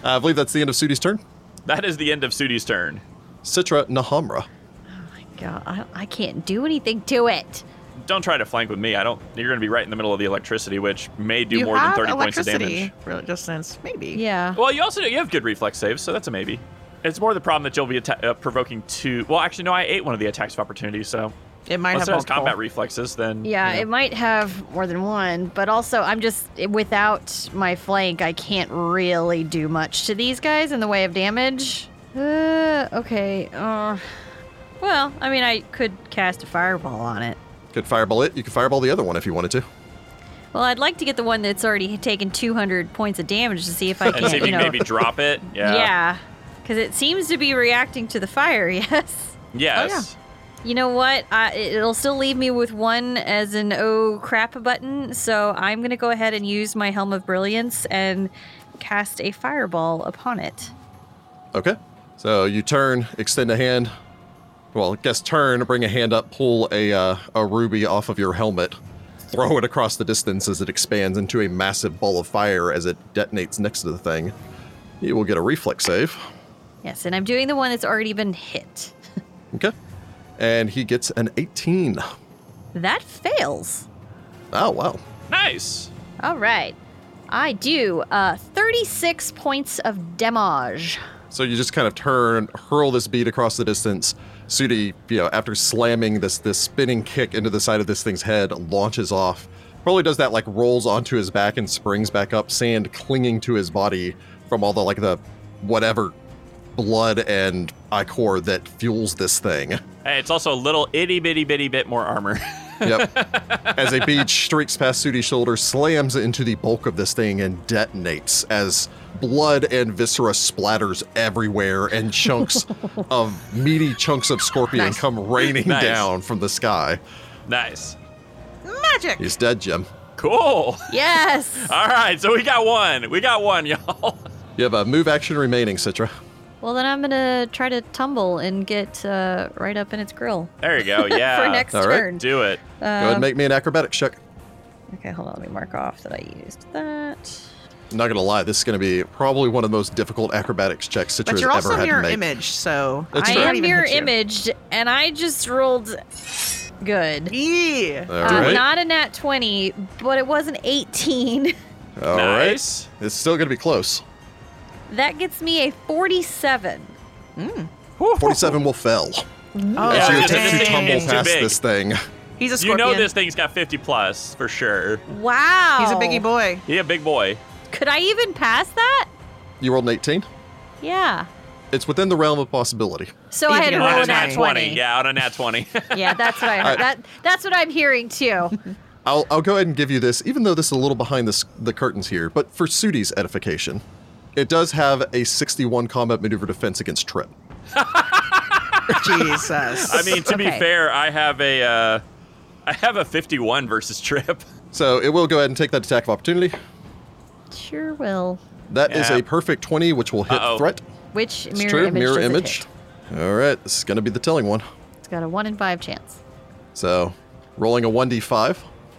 Uh, I believe that's the end of Sudi's turn. that is the end of Sudi's turn. Citra Nahamra. Oh my god, I, I can't do anything to it. Don't try to flank with me. I don't. You're going to be right in the middle of the electricity, which may do you more than have 30 points of electricity damage. resistance, maybe. Yeah. Well, you also you have good reflex saves, so that's a maybe. It's more the problem that you'll be atta- uh, provoking two. Well, actually, no, I ate one of the attacks of opportunity, so It might unless it have has multiple. combat reflexes, then Yeah, you it know. might have more than one, but also I'm just without my flank, I can't really do much to these guys in the way of damage. Uh, okay. Uh, well, I mean, I could cast a fireball on it. Could fireball it. You could fireball the other one if you wanted to. Well, I'd like to get the one that's already taken 200 points of damage to see if I can, and see if you you can know. maybe drop it. Yeah. yeah, because it seems to be reacting to the fire. Yes. Oh, Yes. You know what? I, it'll still leave me with one as an oh crap button, so I'm going to go ahead and use my Helm of Brilliance and cast a fireball upon it. Okay. So you turn, extend a hand. Well, I guess turn, bring a hand up, pull a uh, a ruby off of your helmet, throw it across the distance as it expands into a massive ball of fire as it detonates next to the thing. You will get a reflex save. Yes, and I'm doing the one that's already been hit. Okay. And he gets an 18. That fails. Oh, wow. Nice. All right. I do uh, 36 points of damage. So you just kind of turn, hurl this bead across the distance. Sudi, you know, after slamming this this spinning kick into the side of this thing's head, launches off. Probably does that like rolls onto his back and springs back up, sand clinging to his body from all the like the whatever blood and ichor that fuels this thing. Hey, it's also a little itty bitty bitty bit more armor. Yep. as a bead streaks past Sudi's shoulder, slams into the bulk of this thing, and detonates as blood and viscera splatters everywhere, and chunks of meaty chunks of scorpion Nice. come raining Nice. down from the sky. nice. Magic. He's dead, Jim. Cool. Yes. Uh. All right, so we got one. We got one, y'all. You have a move action remaining, Citra. well, then I'm going to try to tumble and get uh, right up in its grill There you go. Yeah. for next Uh, All right. turn. Do it. Go ahead and make me an acrobatics check. Okay, hold on. Let me mark off that I used that. I'm not gonna lie, this is gonna be probably one of the most difficult acrobatics checks Citra's But you're ever also had to mirror make. image, so That's I true. can't am even mirror hit you. imaged, and I just rolled good. Yeah. All Uh, right. Not a nat 20, but it was an 18. all right. nice. It's still gonna be close. That gets me a 47. Forty-seven will fail. Oh, As you yeah, attempt this to thing tumble is too past big. this thing. He's a You scorpion. know this thing's got 50 plus for sure. Wow. He's a biggie boy. Yeah, big boy. Could I even pass that? You rolled an 18? Yeah. It's within the realm of possibility. So I If had you to roll roll On a a nat nat 20. Yeah, on a nat 20. Yeah, that's what I heard. that, that's what I'm hearing too. I'll, I'll go ahead and give you this, even though this is a little behind this, the curtains here, but for Sudi's edification, it does have a 61 combat maneuver defense against trip. Jesus. I mean, to be Okay. fair, I have a uh, I have a 51 versus trip. So it will go ahead and take that attack of opportunity. Sure will. That is Yeah. a perfect 20, which will hit Uh-oh. threat. Which It's mirror true. image? mirror does it image. hit? All right, this is going to be the telling one. It's got a 1 in 5 chance. So rolling a 1d5,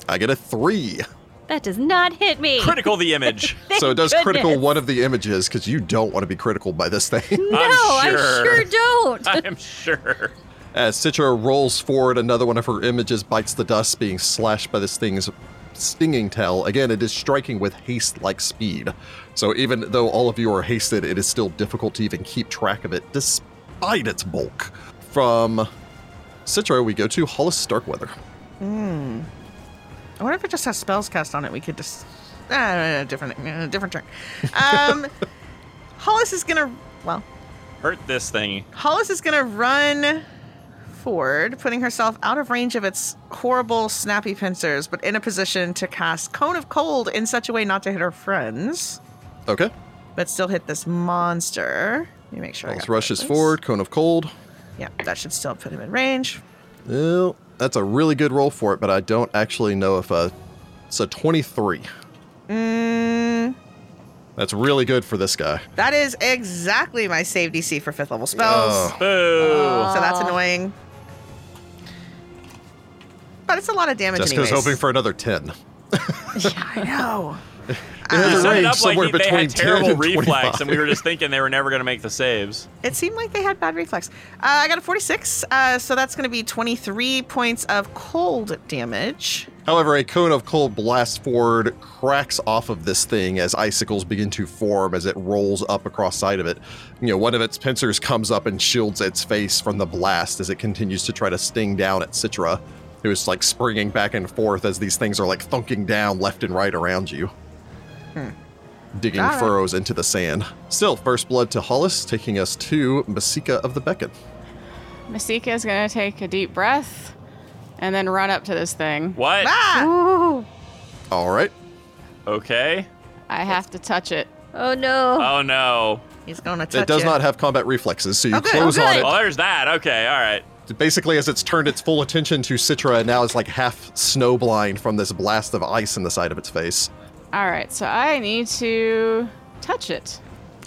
I get a 3. That does not hit me. Critical the image. so it does critical goodness. one of the images because you don't want to be critical by this thing. No, I'm I sure. sure don't. I'm sure. As Citra rolls forward, another one of her images bites the dust, being slashed by this thing's stinging tail. Again, it is striking with haste like speed. So even though all of you are hasted, it is still difficult to even keep track of it, despite its bulk. From Citra, we go to Hollis Starkweather. I wonder if it just has spells cast on it. We could just ah, no, no, no, different, uh, different turn. Um, Hollis is gonna well, Hurt this thing. Hollis is gonna run forward, putting herself out of range of its horrible snappy pincers, but in a position to cast Cone of Cold in such a way not to hit her friends, Okay. but still hit this monster. Let me make sure. I Hollis got rushes this. forward, Cone of Cold. Yeah, that should still put him in range. Well, that's a really good roll for it, but I don't actually know if uh it's a 23. Mm, That's really good for this guy. that is exactly my save DC for fifth level spells. Oh. Boo. So that's Aw. annoying. But it's a lot of damage Jessica's anyways. hoping for another 10. I know. It has a Set it range up like somewhere he- they between had 10 terrible and reflex, 25. and we were just thinking they were never going to make the saves. It seemed like they had bad reflex. Uh, I got a 46, uh, so that's going to be 23 points of cold damage. However, a cone of cold blasts forward, cracks off of this thing as icicles begin to form as it rolls up across side of it. You know, one of its pincers comes up and shields its face from the blast as it continues to try to sting down at Citra, who is like springing back and forth as these things are like thunking down left and right around you, Hmm. digging All right. furrows into the sand. Still, first blood to Hollis, taking us to Masika of the Beckon. Masika is gonna take a deep breath and then run up to this thing. What? Ah! Ooh. All right. Okay. I have to touch it. Oh no. Oh no. He's going to touch It does ya. not have combat reflexes, so you Oh, good. close Oh, on good. it. Well, there's that. Okay. All right. basically as it's turned its full attention to Citra and now is like half snowblind from this blast of ice in the side of its face. All right, so I need to touch it.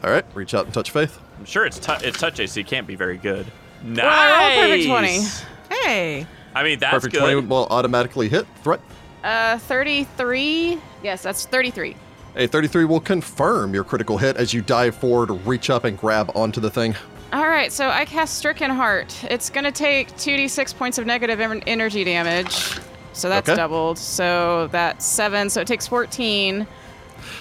All right, reach out and touch Faith. I'm sure it's tu- it's touch AC can't be very good. Nice. I rolled a perfect 20. Hey. I mean that's Perfect good. 20 will automatically hit. Threat. Uh, 33. Yes, that's 33. A 33 will confirm your critical hit as you dive forward, reach up, and grab onto the thing. All right, so I cast Stricken Heart. It's gonna take 2d6 points of negative en- energy damage. So that's Okay. doubled. So that's seven. So it takes 14.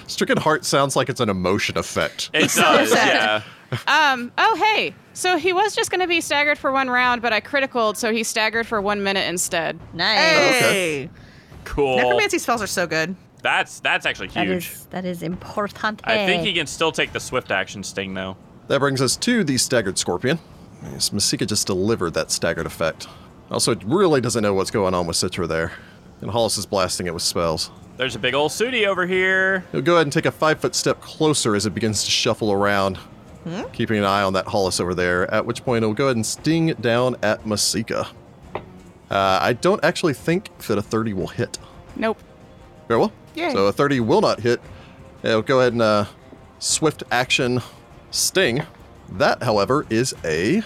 Stricken Heart sounds like it's an emotion effect. It does. yeah. Um. Oh, hey. So he was just gonna be staggered for one round, but I criticaled, so he staggered for one minute instead. Oh, nice. Hey. Cool. Necromancy spells are so good. That's that's actually That huge. is that is important. I think he can still take the swift action sting though. That brings us to the staggered scorpion. Yes, Masika just delivered that staggered effect. Also, it really doesn't know what's going on with Citra there. And Hollis is blasting it with spells. There's a big old Sudi over here. He'll go ahead and take a five foot step closer as it begins to shuffle around, keeping an eye on that Hollis over there, at which point it'll go ahead and sting down at Masika. Uh, I don't actually think that a 30 will hit. Nope. Very well. Yay. So a 30 will not hit. It'll go ahead and uh, swift action sting. That, however, is a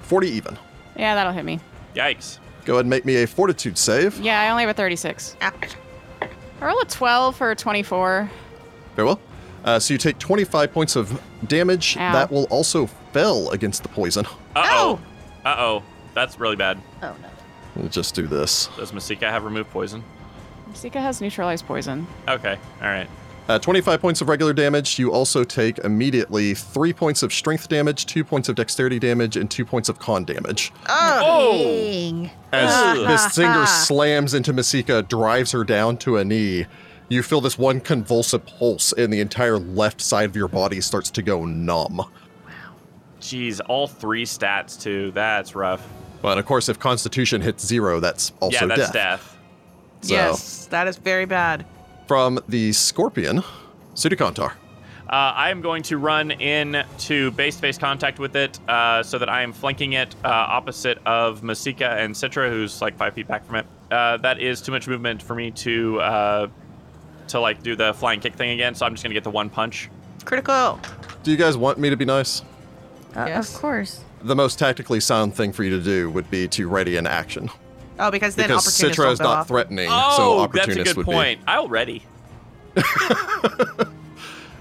40 even. Yeah, that'll hit me. Yikes. Go ahead and make me a fortitude save. Yeah, I only have a 36. Ah. I roll a 12 for a 24. Very well. Uh, so you take 25 points of damage. Ow. That will also fell against the poison. Uh oh. Uh oh. That's really bad. Oh no. Let's just do this. Does Masika have remove poison? Masika has neutralized poison. Okay. All right. Uh, 25 points of regular damage. You also take immediately 3 points of strength damage, 2 points of dexterity damage, and 2 points of con damage. Oh. Oh. Dang. Ah, As Ugh. this zinger slams into Masika, drives her down to a knee, you feel this one convulsive pulse, and the entire left side of your body starts to go numb. Jeez. All three stats too. That's rough. But of course, if Constitution hits zero, that's also yeah. That's death. death. So- Yes, that is very bad. From the Scorpion, Sudikantar. Uh, I am going to run in to base to base contact with it uh, so that I am flanking it uh, opposite of Masika and Citra, who's like five feet back from it. Uh, that is too much movement for me to uh, to like do the flying kick thing again, so I'm just gonna get the one punch. Critical. Do you guys want me to be nice? Uh, Yes. Of course. The most tactically sound thing for you to do would be to ready an action. Oh, because then because opportunists Citra will is go not off. threatening, so oh, that's opportunist a good would point. I already. be.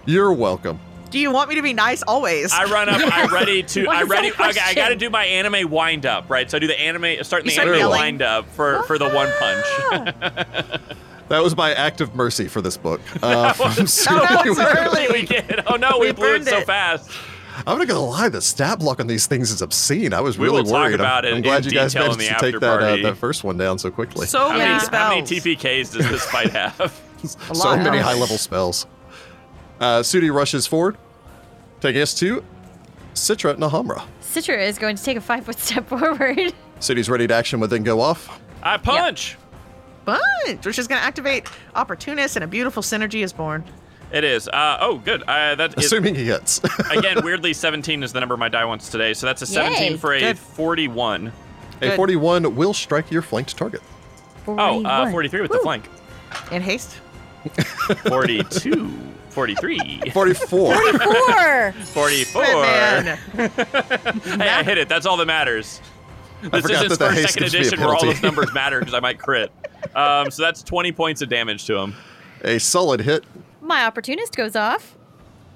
You're welcome. Do you want me to be nice always? I run up. I ready to. Why I is that ready. a Okay, I question? got to do my anime wind up, right? So I do the anime. Start the You start anime yelling. wind up for for the one Ah. punch. That was my act of mercy for this book. Uh, from that was Suri. early. we did. Oh no, we, We blew it burned so it. fast. I'm not gonna lie, the stat block on these things is obscene. I was We really will talk worried. I'm- about it I'm, in glad you guys detail in managed the to take after that uh, party. that first one down so quickly. so How many many, Yeah. spells. how many TPKs does this fight have? A so lot. many high level spells. Uh, Sudi rushes forward, taking us to Citra and Nahamra. Citra is going to take a five foot step forward. Sudi's ready to action, would then go off. I Uh, punch. bunch, which is going to activate opportunists, and a beautiful synergy is born. It is. Uh, oh, good. Uh, that is, Assuming he hits. again, weirdly, 17 is the number my die wants today. So that's a 17 Yay, for a good. 41. a Good. 41 will strike your flanked target. Oh, uh, 41. 43 with Woo. the flank. In haste. 42. 43. 44. Four. 44. Batman. Hey, I hit it. That's all that matters. This forgot isn't that the for haste second gives me a edition where all penalty. those numbers matter because I might crit. Um, so that's 20 points of damage to him. a solid hit. My opportunist goes off.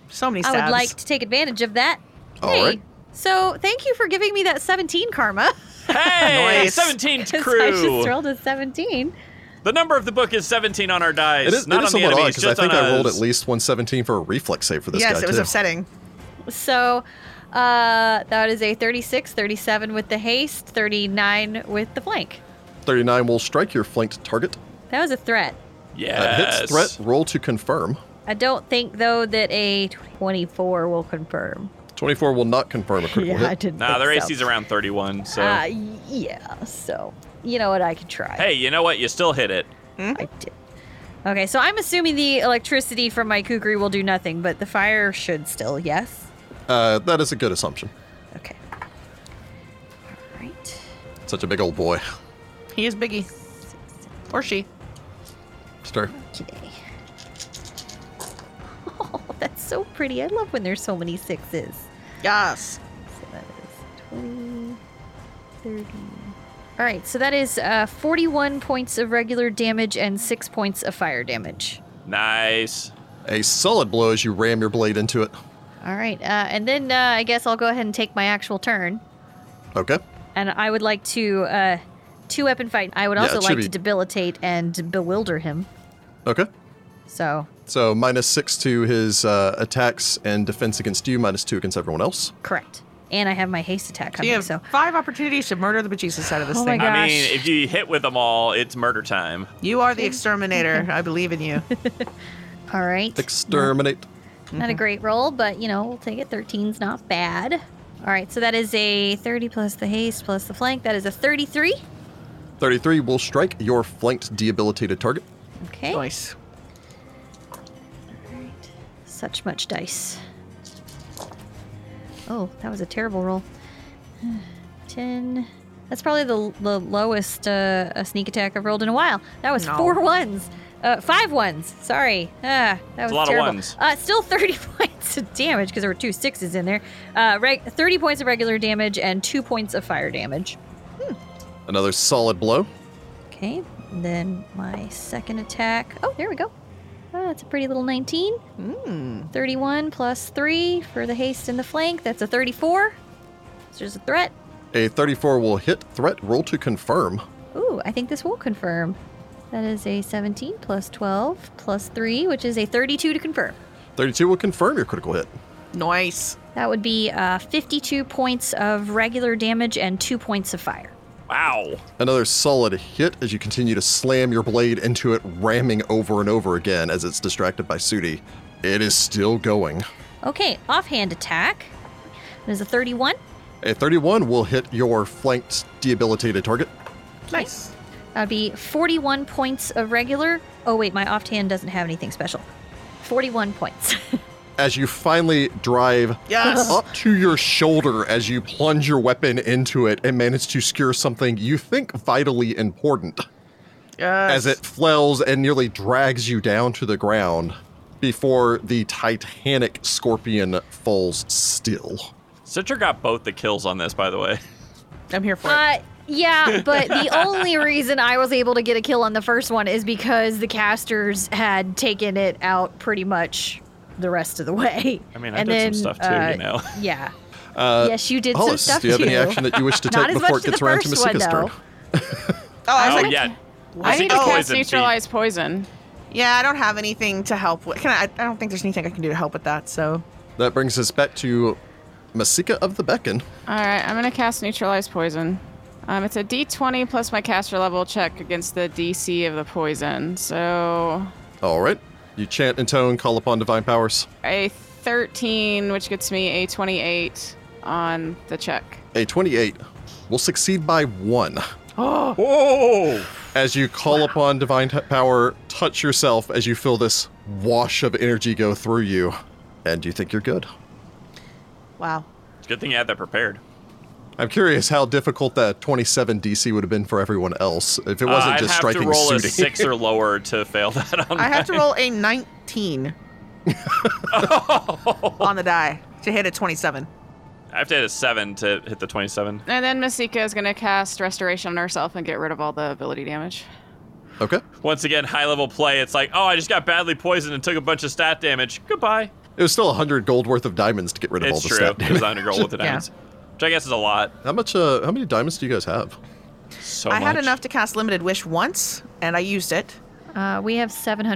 So many I stabs. would like to take advantage of that. All hey, right. so thank you for giving me that 17 karma. Hey, Nice. 17 'Cause I just crew. rolled a 17. The number of the book is 17 on our dice, It is, not it is on the somewhat odd enemies. because I Just think on I rolled at us. least 117 for a reflex save for this yes, guy, it was too. upsetting. So uh, that is a 36, 37 with the haste, 39 with the flank. 39 will strike your flanked target. That was a threat. That Yes. hits uh, threat. Roll to confirm. I don't think, though, that a 24 will confirm. 24 will not confirm a critical yeah, I hit. didn't Nah, think their so. AC's around 31. So, Uh, yeah, so you know what? I could try. hey, you know what? You still hit it. I did. Okay, so I'm assuming the electricity from my kukri will do nothing, but the fire should still, yes? Uh, that is a good assumption. Okay. All right. Such a big old boy. He is Biggie. Or she. Stir. Today. Oh, that's so pretty. I love when there's so many sixes. Yes. So that is 20, 30. All right, so that is uh, 41 points of regular damage and 6 points of fire damage. Nice. A solid blow as you ram your blade into it. All right, uh, and then uh, I guess I'll go ahead and take my actual turn. Okay. And I would like to uh, two weapon fight. I would Yeah, also it should like be- to debilitate and bewilder him. Okay. So, So minus six to his uh, attacks and defense against you, minus two against everyone else. correct. And I have my haste attack So you coming. have So, five opportunities to murder the bejesus out of this Oh my thing. God. I Gosh. mean, if you hit with them all, it's murder time. You are the exterminator. I believe in you. all right. Exterminate. Not a Mm-hmm. great roll, but you know, we'll take it. 13's not bad. All right, so that is a 30 plus the haste plus the flank. That is a 33. 33 will strike your flanked debilitated target. Okay. Nice. Such much dice. Oh, that was a terrible roll. 10. That's probably the, the lowest uh, a sneak attack I've rolled in a while. That was No. four ones. Uh, five ones. Sorry. Ah, that was a lot of terrible. ones. Uh, still 30 points of damage because there were two sixes in there. Uh, reg- 30 points of regular damage and two points of fire damage. Another solid blow. Okay, and then my second attack. Oh, there we go. Ah, that's a pretty little 19. 31 plus 3 for the haste and the flank. That's a 34. So there's a threat. A 34 will hit threat. Roll to confirm. Ooh, I think this will confirm. That is a 17 plus 12 plus 3, which is a 32 to confirm. 32 will confirm your critical hit. Nice. That would be uh, 52 points of regular damage and 2 points of fire. Wow. Another solid hit as you continue to slam your blade into it, ramming over and over again as it's distracted by Sudi. It is still going. Okay, offhand attack. That is a 31. A 31 will hit your flanked debilitated target. Nice. That'd be 41 points of regular. Oh, wait, my offhand doesn't have anything special. 41 points. As you finally drive Yes. up to your shoulder as you plunge your weapon into it and manage to skewer something you think vitally important Yes. as it flails and nearly drags you down to the ground before the titanic scorpion falls still. Citra got both the kills on this, by the way. I'm here for it. uh, yeah, but the only reason I was able to get a kill on the first one is because the casters had taken it out pretty much the rest of the way. I mean, I did some stuff too, you know. Yeah. Uh, yes, you did some Hollis, stuff do you have too. any action that you wish to Not take as before much it to gets the around to first one, Masika's turn? though. Oh, I was Oh like, yeah. I need Masika to cast poison feet. neutralize poison. yeah, I don't have anything to help with. Can I? I don't think there's anything I can do to help with that. So That brings us back to Masika of the Beacon. All right, I'm gonna cast neutralize poison. Um, it's a D20 plus my caster level check against the DC of the poison. So All right. You chant and tone, call upon divine powers. a 13, which gets me a 28 on the check. A 28 will succeed by one. Whoa! As you call upon divine t- power, touch yourself as you feel this wash of energy go through you, and you think you're good. wow. It's a good thing you had that prepared. I'm curious how difficult that 27 DC would have been for everyone else if it Uh, wasn't I'd just have striking to roll Sudi. a six or lower to fail that. On I have to roll a 19 on the die to hit a 27. I have to hit a seven to hit the twenty-seven. And then Masika is gonna cast restoration on herself and get rid of all the ability damage. Okay. Once again, high-level play. It's like, oh, I just got badly poisoned and took a bunch of stat damage. Goodbye. It was still 100 gold worth of diamonds to get rid of all It's the true. stat It was damage. under roll with the Yeah. diamonds, which I guess is a lot. How much? Uh, how many diamonds do you guys have? So I had much. enough to cast Limited Wish once, and I used it. Uh, we have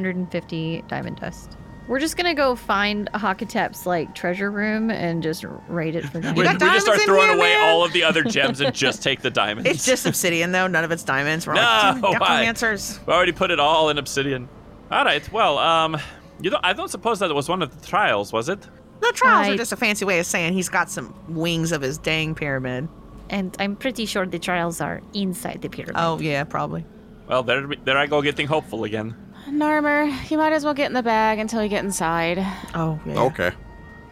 750 diamond dust. We're just gonna go find Hakatep's like treasure room and just raid it for We, diamonds. we got just diamonds start in throwing here, away man? all of the other gems and just take the diamonds. It's just obsidian, though. None of it's diamonds. We're No, like, dude, why? necromancers. We already put it all in obsidian. All right. Well, um, you don't, I don't suppose that was one of the trials, was it? No, trials I- are just a fancy way of saying he's got some wings of his dang pyramid. and I'm pretty sure the trials are inside the pyramid. Oh, yeah, probably. Well, there, there I go getting hopeful again. Narmer, you might as well get in the bag until you get inside. Oh, yeah. Okay.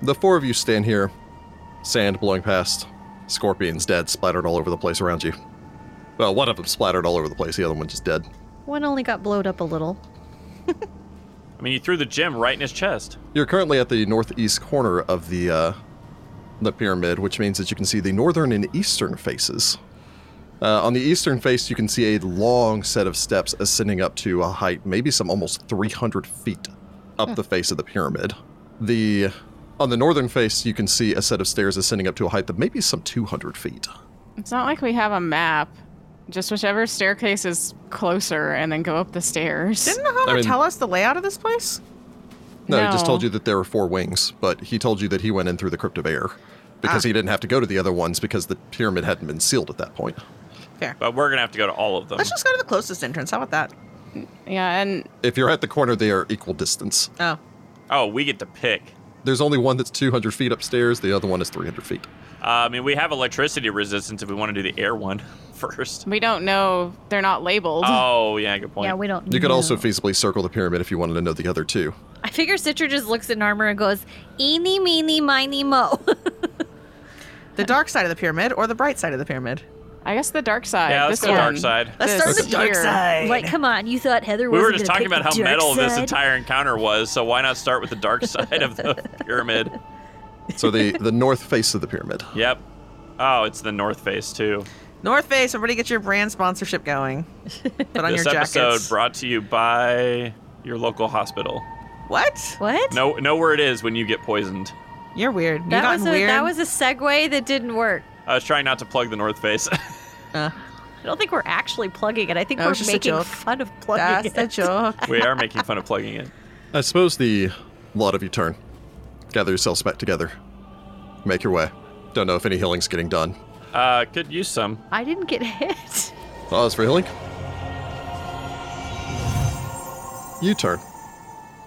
The four of you stand here, sand blowing past, scorpions dead, splattered all over the place around you. Well, one of them splattered all over the place, the other one just dead. One only got blowed up a little. I mean, you threw the gem right in his chest. You're currently at the northeast corner of the uh, the pyramid, which means that you can see the northern and eastern faces. Uh, on the eastern face, you can see a long set of steps ascending up to a height, maybe some almost 300 feet up the face of the pyramid. The on the northern face, you can see a set of stairs ascending up to a height of maybe some 200 feet. It's not like we have a map. Just whichever staircase is closer, and then go up the stairs. Didn't the Homer I mean- tell us the layout of this place? No, he just No. told you that there were four wings, but he told you that he went in through the crypt of air because he didn't have to go to the other ones because the pyramid hadn't been sealed at that point. Fair. But we're gonna have to go to all of them. Let's just go to the closest entrance. How about that? yeah, and If you're at the corner, they are equal distance. Oh. Oh, we get to pick. There's only one that's 200 feet upstairs, the other one is 300 feet. Uh, I mean, we have electricity resistance if we want to do the air one first. we don't know. They're not labeled. Oh yeah, good point. Yeah, we don't. You could also know. feasibly circle the pyramid if you wanted to know the other two. I figure Citra just looks at Narmer and goes, "Eeny, meeny, miny, mo." The dark side of the pyramid or the bright side of the pyramid? I guess the dark side. Yeah, let's this go dark one. side. Let's This start with the dark here. side. like, come on, you thought Heather we was. were just talking pick about the how dark metal this side? entire encounter was, so why not start with the dark side of the pyramid? So the, the north face of the pyramid. Yep. Oh, it's the north face too. North Face, everybody get your brand sponsorship going. Put on this your jackets. episode brought to you by your local hospital. what? What? No, know where it is when you get poisoned. You're weird. You That gotten was a weird. Oh, that was a segue that didn't work. I was trying not to plug the North Face. Uh, I don't think we're actually plugging it. I think That we're was just a making joke. fun of plugging that's it. the joke. we are making fun of plugging it. I suppose the lot of you turn, gather yourselves back together, make your way. Don't know if any healing's getting done. Uh, could use some. I didn't get hit. Pause for healing. You turn.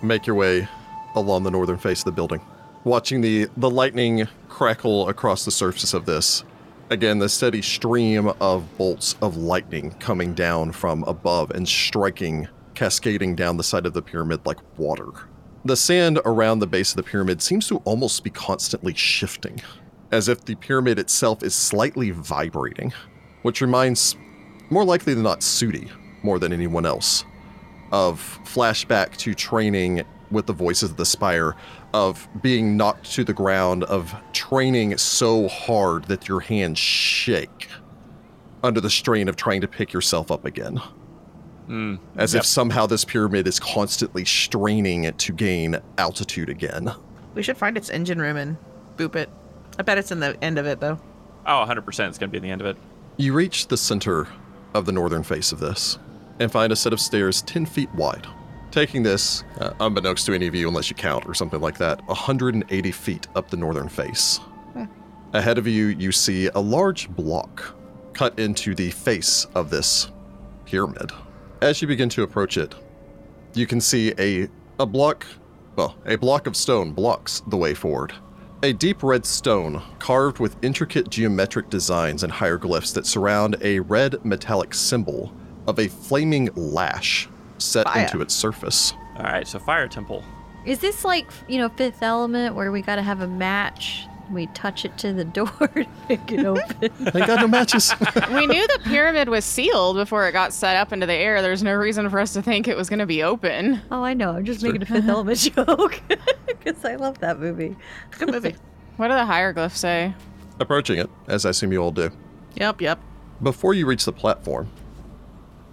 Make your way along the northern face of the building, watching the, the lightning crackle across the surface of this. Again, the steady stream of bolts of lightning coming down from above and striking, cascading down the side of the pyramid like water. The sand around the base of the pyramid seems to almost be constantly shifting, as if the pyramid itself is slightly vibrating, which reminds more likely than not Sudi more than anyone else of flashback to training with the voices of the spire of being knocked to the ground of training so hard that your hands shake under the strain of trying to pick yourself up again as if somehow this pyramid is constantly straining it to gain altitude again. We should find its engine room and boop it. I bet it's in the end of it though. Oh, 100% it's going to be the end of it. You reach the center of the northern face of this and find a set of stairs 10 feet wide. Taking this, uh, unbeknownst to any of you, unless you count or something like that, 180 feet up the northern face. Ahead of you, you see a large block cut into the face of this pyramid. As you begin to approach it, you can see a a block well a block of stone blocks the way forward a deep red stone carved with intricate geometric designs and hieroglyphs that surround a red metallic symbol of a flaming lash set Fire. into its surface All right, so Fire Temple. Is this like, you know, Fifth Element where we gotta have a match? We touch it to the door to pick it open. they got no matches we knew the pyramid was sealed before it got set up into the air. There's no reason for us to think it was going to be open. oh, I know. I'm just making a Fifth Element joke because I love that movie. Good movie. What do the hieroglyphs say? approaching it as i assume you all do yep, yep. before you reach the platform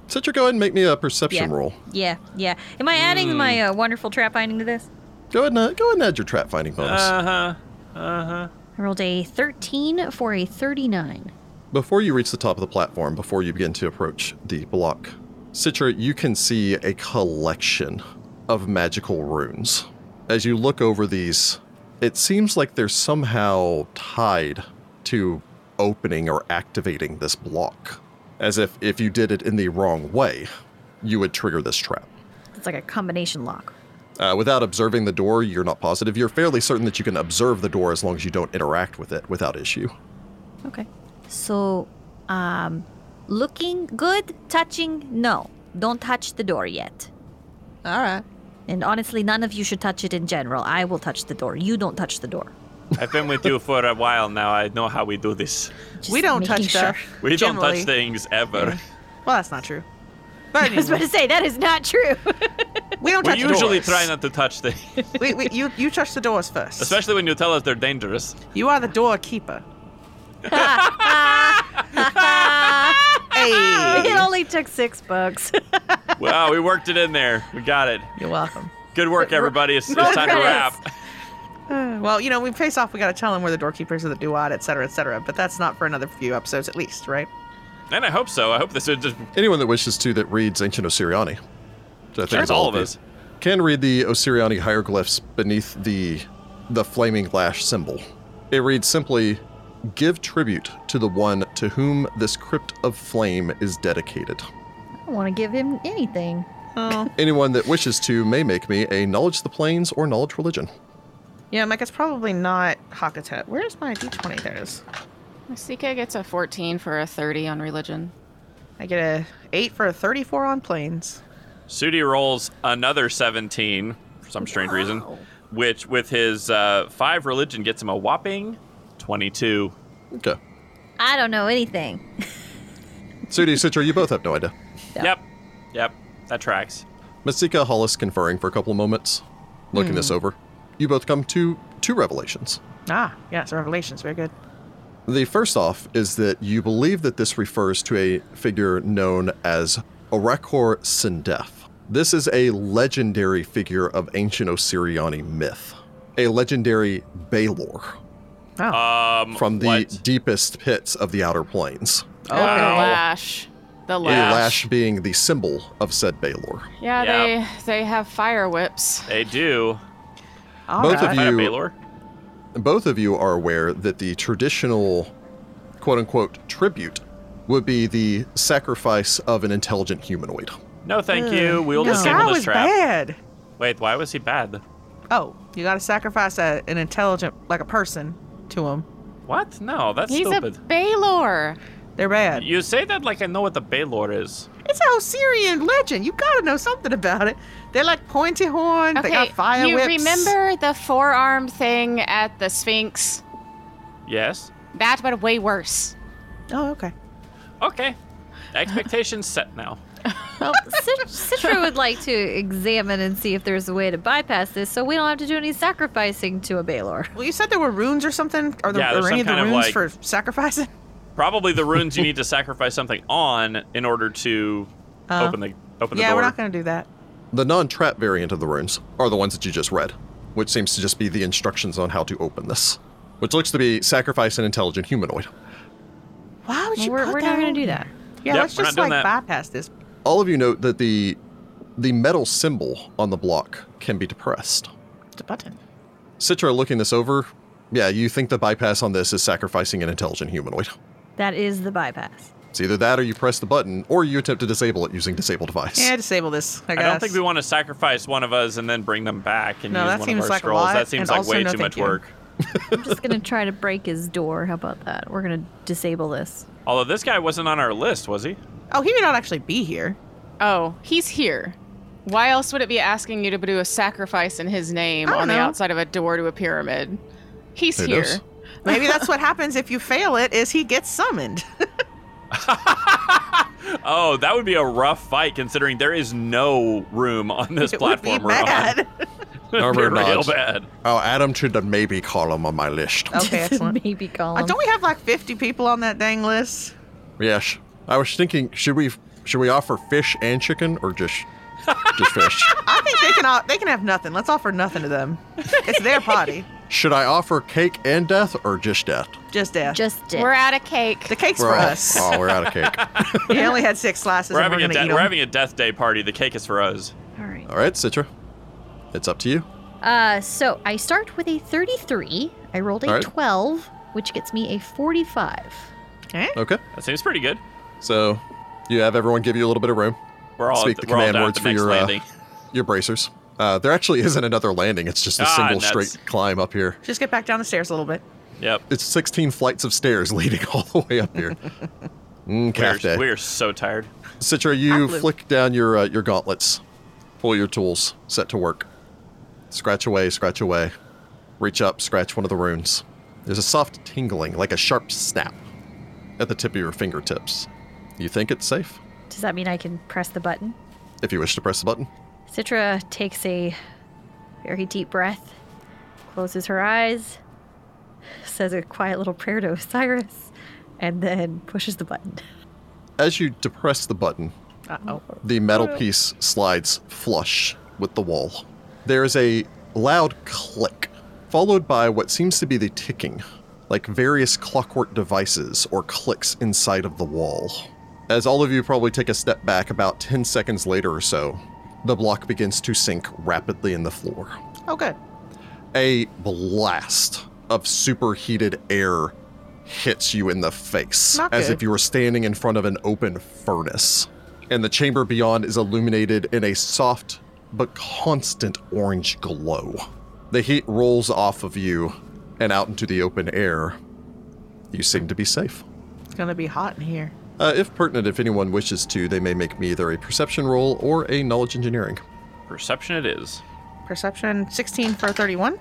citra go ahead and make me a perception Yeah. roll Yeah, yeah. Am I adding my uh, wonderful trap finding to this? go ahead and uh, go ahead and add your trap finding bonus Uh huh. Uh huh. I rolled a 13 for a 39. Before you reach the top of the platform, before you begin to approach the block, Citra, you can see a collection of magical runes. As you look over these, it seems like they're somehow tied to opening or activating this block. As if if you did it in the wrong way, you would trigger this trap. It's like a combination lock. Uh, without observing the door, you're not positive. You're fairly certain that you can observe the door as long as you don't interact with it without issue. Okay. So, um, looking good, touching, no. Don't touch the door yet. All right. And honestly, none of you should touch it in general. I will touch the door. You don't touch the door. I've been with you for a while now. I know how we do this. Just we don't touch making sure. stuff. We don't generally. touch things ever. Well, that's not true. But I was about anyway, to say that is not true. we don't We touch usually doors. try not to touch things, we, we, you you touch the doors first. especially when you tell us they're dangerous. You are the door keeper. hey. it only took six bucks. wow, we worked it in there. We got it. You're welcome. Good work, everybody. It's, it's time to wrap. Well, you know, we face off. We got to tell them we're the doorkeepers of the duat, et cetera, et cetera. But that's not for another few episodes, at least, right? And I hope so. I hope this is just Anyone that wishes to that reads Ancient Osiriani, which I think Sure. is All of you, us. can read the Osiriani hieroglyphs beneath the the flaming lash symbol. It reads simply, "Give tribute to the one to whom this crypt of flame is dedicated." I don't want to give him anything. Oh, Anyone that wishes to may make me a knowledge of the planes or knowledge religion. yeah, Mike, it's probably not Hakatet. Where's my d20? There it is. Masika gets a 14 for a 30 on religion. I get a 8 for a 34 on planes. Sudi rolls another 17 for some strange reason, which with his uh, five religion gets him a whopping 22. Okay. I don't know anything. Sudi, Citra, you both have no idea. Yeah. Yep. Yep. That tracks. Masika Hollis conferring for a couple of moments, looking Hmm. this over. You both come to two revelations. Ah, yes, Revelations. Very good. The first off is that you believe that this refers to a figure known as Orakor Sindef. This is a legendary figure of ancient Osiriani myth, a legendary Baelor Oh. Um, from the what? deepest pits of the outer planes. Oh, Wow. the lash. The The lash. lash being the symbol of said Baelor. Yeah, Yeah. they they have fire whips. they do. All both of right. Hi, You- Baylor. both of you are aware that the traditional quote unquote tribute would be the sacrifice of an intelligent humanoid. No, thank you. We'll this guy disable was this trap. bad. Wait, why was he bad? Oh, you got to sacrifice a, an intelligent, like a person, to him. What? No, that's He's stupid. a Baylor. They're bad. you say that like I know what the Baylor is. It's a Osirian legend. You gotta know something about it. They're like pointy horn. they got fire you whips. remember the forearm thing at the Sphinx? Yes. That, but way worse. Oh, okay. Okay. Expectations set now. Well, Cit- Citra would like to examine and see if there's a way to bypass this, so we don't have to do any sacrificing to a Baylor. Well, you said there were runes or something. Are there Yeah, are there's any of some the kind of, runes like- for sacrificing? Probably the runes you need to sacrifice something on in order to Uh. open the Open the yeah, door. we're not going to do that. The non trap variant of the runes are the ones that you just read, which seems to just be the instructions on how to open this, which looks to be sacrifice an intelligent humanoid. Why would you we're put we're that not going on to do there? that. Yeah, Yep, let's we're not just doing like that. bypass this. All of you note that the the metal symbol on the block can be depressed. The button. Citra looking this over, yeah, you think the bypass on this is sacrificing an intelligent humanoid. That is the bypass. It's either that or you press the button or you attempt to disable it using disable device. Yeah, disable this. I, I guess. don't think we want to sacrifice one of us and then bring them back and No, use that one of seems our like a scrolls. lot, that seems and like also way no too thank much you. work. I'm just going to try to break his door. How about that? We're going to disable this. Although this guy wasn't on our list, was he? Oh, he may not actually be here. Oh, he's here. Why else would it be asking you to do a sacrifice in his name I don't on the know. outside of a door to a pyramid? He's Who here. knows? Maybe that's what happens if you fail it. Is he gets summoned? Oh, that would be a rough fight considering there is no room on this it would platform be we're on. bad. It'd be Arbor real nods. bad. I'll add them to the maybe column on my list. Okay, excellent. Maybe Uh, column. don't we have like 50 people on that dang list? Yes. I was thinking, should we should we offer fish and chicken or just just fish? I think they can all, they can have nothing. Let's offer nothing to them. It's their potty, Should I offer cake and death or just death? just death. Just it. We're out of cake. the cake's We're for all- us. Oh, we're out of cake. We only had six slices. We're and having, we're a gonna de- eat we're 'em. having a death day party. The cake is for us. All right. All right, Citra. It's up to you. Uh, so I start with a 33. I rolled a All right. 12, which gets me a 45. Eh? Okay. That seems pretty good. So You have everyone give you a little bit of room. we're all, Speak the we're all command down at words the for next your, uh, landing. Your bracers. Uh, there actually isn't another landing. It's just a Ah, single nuts. straight climb up here. Just get back down the stairs a little bit. Yep. It's 16 flights of stairs leading all the way up here. Mm, calf We're, day. we're so tired. Citra, you Outlook. flick down your uh, your gauntlets, pull your tools, set to work. Scratch away, scratch away. Reach up, scratch one of the runes. There's a soft tingling, like a sharp snap, at the tip of your fingertips. You think it's safe Does that mean I can press the button? if you wish to press the button. Citra takes a very deep breath, closes her eyes, says a quiet little prayer to Osiris, and then pushes the button. As you depress the button, Uh oh. the metal piece slides flush with the wall. There is a loud click, followed by what seems to be the ticking, like various clockwork devices or clicks inside of the wall. As all of you probably take a step back about 10 seconds later or so, the block begins to sink rapidly in the floor Oh, good. a blast of superheated air hits you in the face Not as good. if you were standing in front of an open furnace. And the chamber beyond is illuminated in a soft but constant orange glow. The heat rolls off of you and out into the open air. You seem to be safe. It's gonna be hot in here. Uh, if pertinent, if anyone wishes to, they may make me either a perception roll or a knowledge engineering. Perception it is. Perception 16 for 31.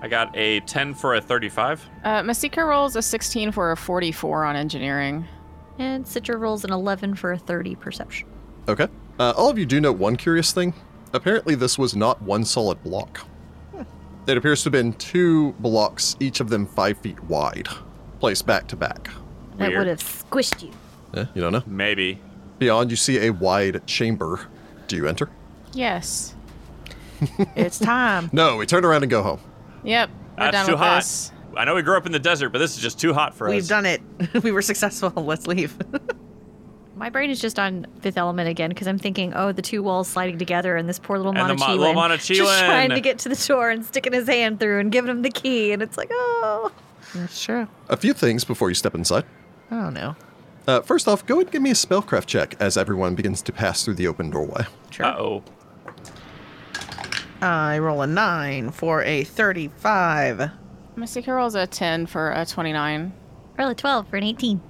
I got a 10 for a 35. Uh, Masika rolls a 16 for a 44 on engineering. And Citra rolls an 11 for a 30 perception. Okay. Uh, all of you do note one curious thing. Apparently, this was not one solid block. It appears to have been two blocks, each of them five feet wide, placed back to back. That Weird. would have squished you. Eh, you don't know. Maybe. Beyond, you see a wide chamber. Do you enter? Yes. It's time. No, we turn around and go home. Yep. We're done That's too with hot. this. I know we grew up in the desert, but this is just too hot for us. We've done it. we were successful. Let's leave. My brain is just on Fifth Element again because I'm thinking, oh, the two walls sliding together, and this poor little And the mo- Monachilin, little just Monachilin. trying to get to the door and sticking his hand through and giving him the key, and it's like, oh, That's true. A few things before you step inside. I don't know. Uh, first off, go ahead and give me a spellcraft check as everyone begins to pass through the open doorway. Sure. Uh oh. I roll a 9 for a 35. Masika rolls a 10 for a 29. roll a 12 for an 18.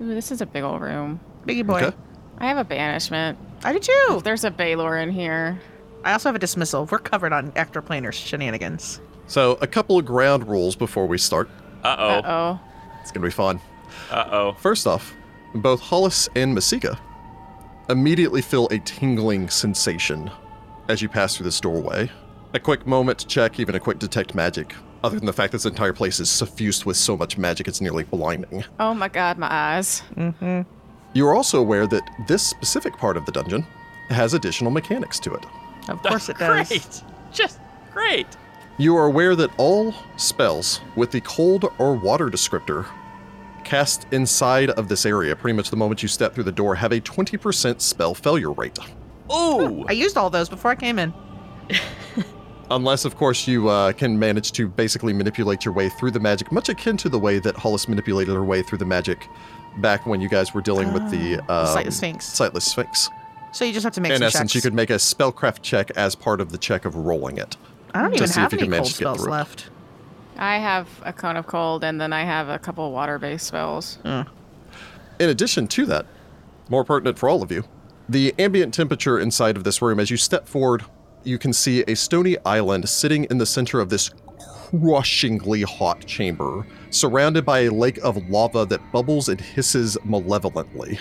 Ooh, this is a big old room. Biggie boy. Okay. I have a banishment. Oh, I did too. There's a Baylor in here. I also have a dismissal. We're covered on extraplanar shenanigans. So, a couple of ground rules before we start. Uh oh. Uh-oh. It's going to be fun. Uh oh. First off, both Hollis and Masika immediately feel a tingling sensation as you pass through this doorway. A quick moment to check, even a quick detect magic, other than the fact this entire place is suffused with so much magic it's nearly blinding. Oh my god, my eyes. You are also aware that this specific part of the dungeon has additional mechanics to it. Of course it does. great. Just great. You are aware that all spells with the cold or water descriptor cast inside of this area, pretty much the moment you step through the door, have a 20% spell failure rate. Ooh. I used all those before I came in. Unless, of course, you uh, can manage to basically manipulate your way through the magic, much akin to the way that Hollis manipulated her way through the magic back when you guys were dealing with the um, Ah, Sightless Sphinx. Sightless Sphinx. So you just have to make In some essence, checks. you could make a spellcraft check as part of the check of rolling it. I don't to even see if have you any can manage to cold get spells through it. left. I have a cone of cold, and then I have a couple water-based spells. In addition to that, more pertinent for all of you, the ambient temperature inside of this room, as you step forward, you can see a stony island sitting in the center of this crushingly hot chamber, surrounded by a lake of lava that bubbles and hisses malevolently.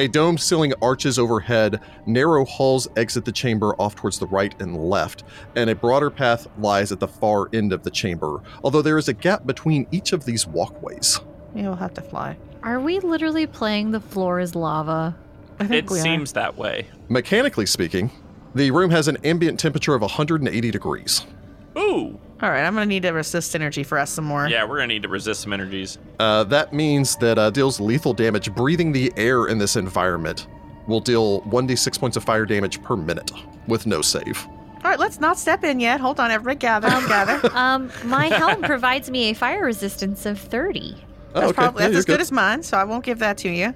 A domed ceiling arches overhead, narrow halls exit the chamber off towards the right and left, and a broader path lies at the far end of the chamber, although there is a gap between each of these walkways. Yeah, we'll have to fly. Are we literally playing the floor is lava? I think It we seems that way. Mechanically speaking, the room has an ambient temperature of 180 degrees. Ooh. are. All right, I'm gonna need to resist energy for us some more. Yeah, we're gonna need to resist some energies. Uh, that means that uh, deals lethal damage. Breathing the air in this environment will deal 1d6 points of fire damage per minute with no save. Oh, All right, let's not step in yet. Hold on, everybody, gather, gather. That's Um, my helm provides me a fire resistance of 30. Oh, okay. probably Yeah, that's you're as good. as mine, so I won't give that to you.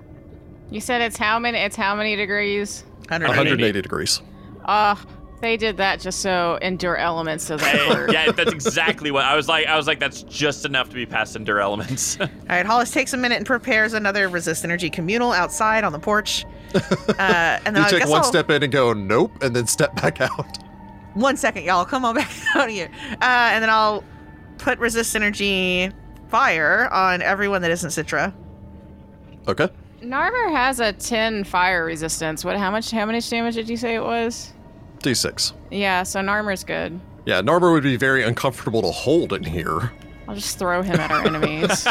You said it's how many? It's how many degrees? 180. 180 degrees. Uh, they did that just so endure elements of Hey, that word. yeah, that's exactly what I was like. I was like, that's just enough to be past endure elements. All right, Hollis takes a minute and prepares another resist energy communal outside on the porch. Uh, and You then I take guess one I'll- step in and go, nope, and then step back out. One second, y'all. Come on back out here. Uh, and then I'll put resist energy fire on everyone that isn't Citra. Okay. Narmer has a 10 fire resistance. What? How much? How much damage did you say it was? D6. Yeah, so Narmer's good. Yeah, Narber would be very uncomfortable to hold in here. I'll just throw him at our enemies.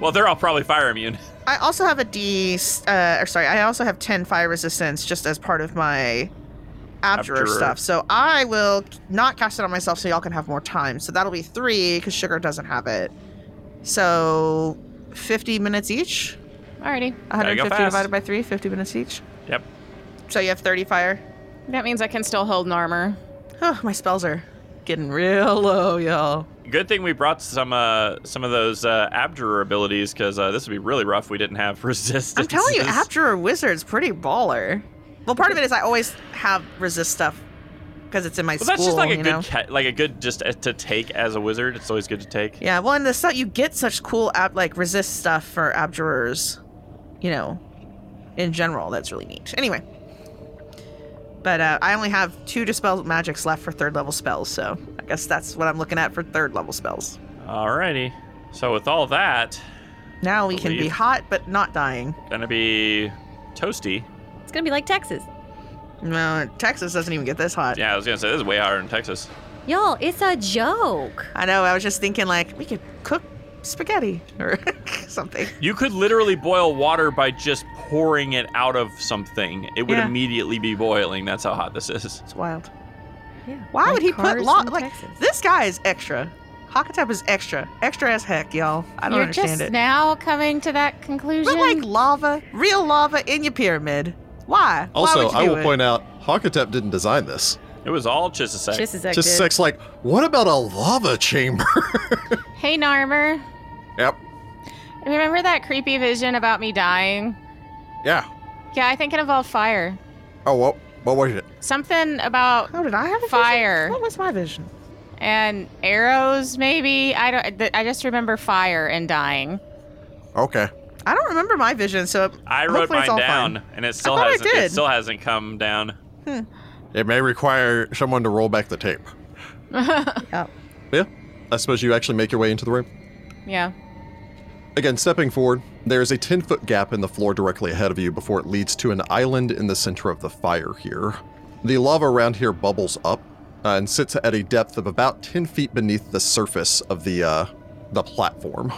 well, they're all probably fire immune. I also have a D, uh, or sorry, I also have 10 fire resistance just as part of my Abjurer, Abjurer. stuff. So I will not cast it on myself so y'all can have more time. So that'll be three because Sugar doesn't have it. So 50 minutes each. Alrighty. Gotta go 150 fast. divided by three, 50 minutes each. Yep. So you have 30 fire. That means I can still hold Narmer. Oh, my spells are getting real low, y'all. Good thing we brought some uh, some of those uh, abjurer abilities because uh, this would be really rough. We didn't have resistance. I'm telling you, Abjurer Wizard's pretty baller. Well, part of it is I always have resist stuff because it's in my Well, school. that's just like a you good, know? ca- like a good just uh, to take as a wizard. It's always good to take. Yeah, well, and the stuff you get such cool ab- like resist stuff for abjurers, you know, in general. That's really neat. Anyway, but uh, I only have two dispel magics left for third level spells, so I guess that's what I'm looking at for third level spells. Alrighty. So with all that, Now we can be Believe. hot but not dying. gonna be toasty. It's gonna be like Texas. No, Texas doesn't even get this hot. Yeah, I was gonna say this is way hotter in Texas. Y'all, it's a joke. I know. I was just thinking like we could cook spaghetti or something. You could literally boil water by just pouring it out of something. It would Yeah. immediately be boiling. That's how hot this is. It's wild. Yeah. Why like would he put cars law in like Texas. this guy is extra? Hakatep is extra, extra as heck, y'all. I don't You're understand just it. now coming to that conclusion. Look like lava, real lava in your pyramid. Why? Why Also, would you I do will it? point out, Hakatep didn't design this. It was all Chisisek. Just as Just sex like, what about a lava chamber? hey, Narmer. yep. Remember that creepy vision about me dying? Yeah. Yeah, I think it involved fire. Oh, what, what was it? Something about How did I have a vision? Fire. What was my vision? and arrows, maybe. I don't. th- I just remember fire and dying. Okay. I don't remember my vision, so I wrote hopefully mine it's all down, Fine. and it still thought I hasn't. It did. still hasn't come down. It may require someone to roll back the tape. Yeah. I suppose you actually make your way into the room. Yeah. Again, stepping forward, there is a 10 foot gap in the floor directly ahead of you before it leads to an island in the center of the fire here. The lava around here bubbles up uh, and sits at a depth of about 10 feet beneath the surface of the, uh, the platform.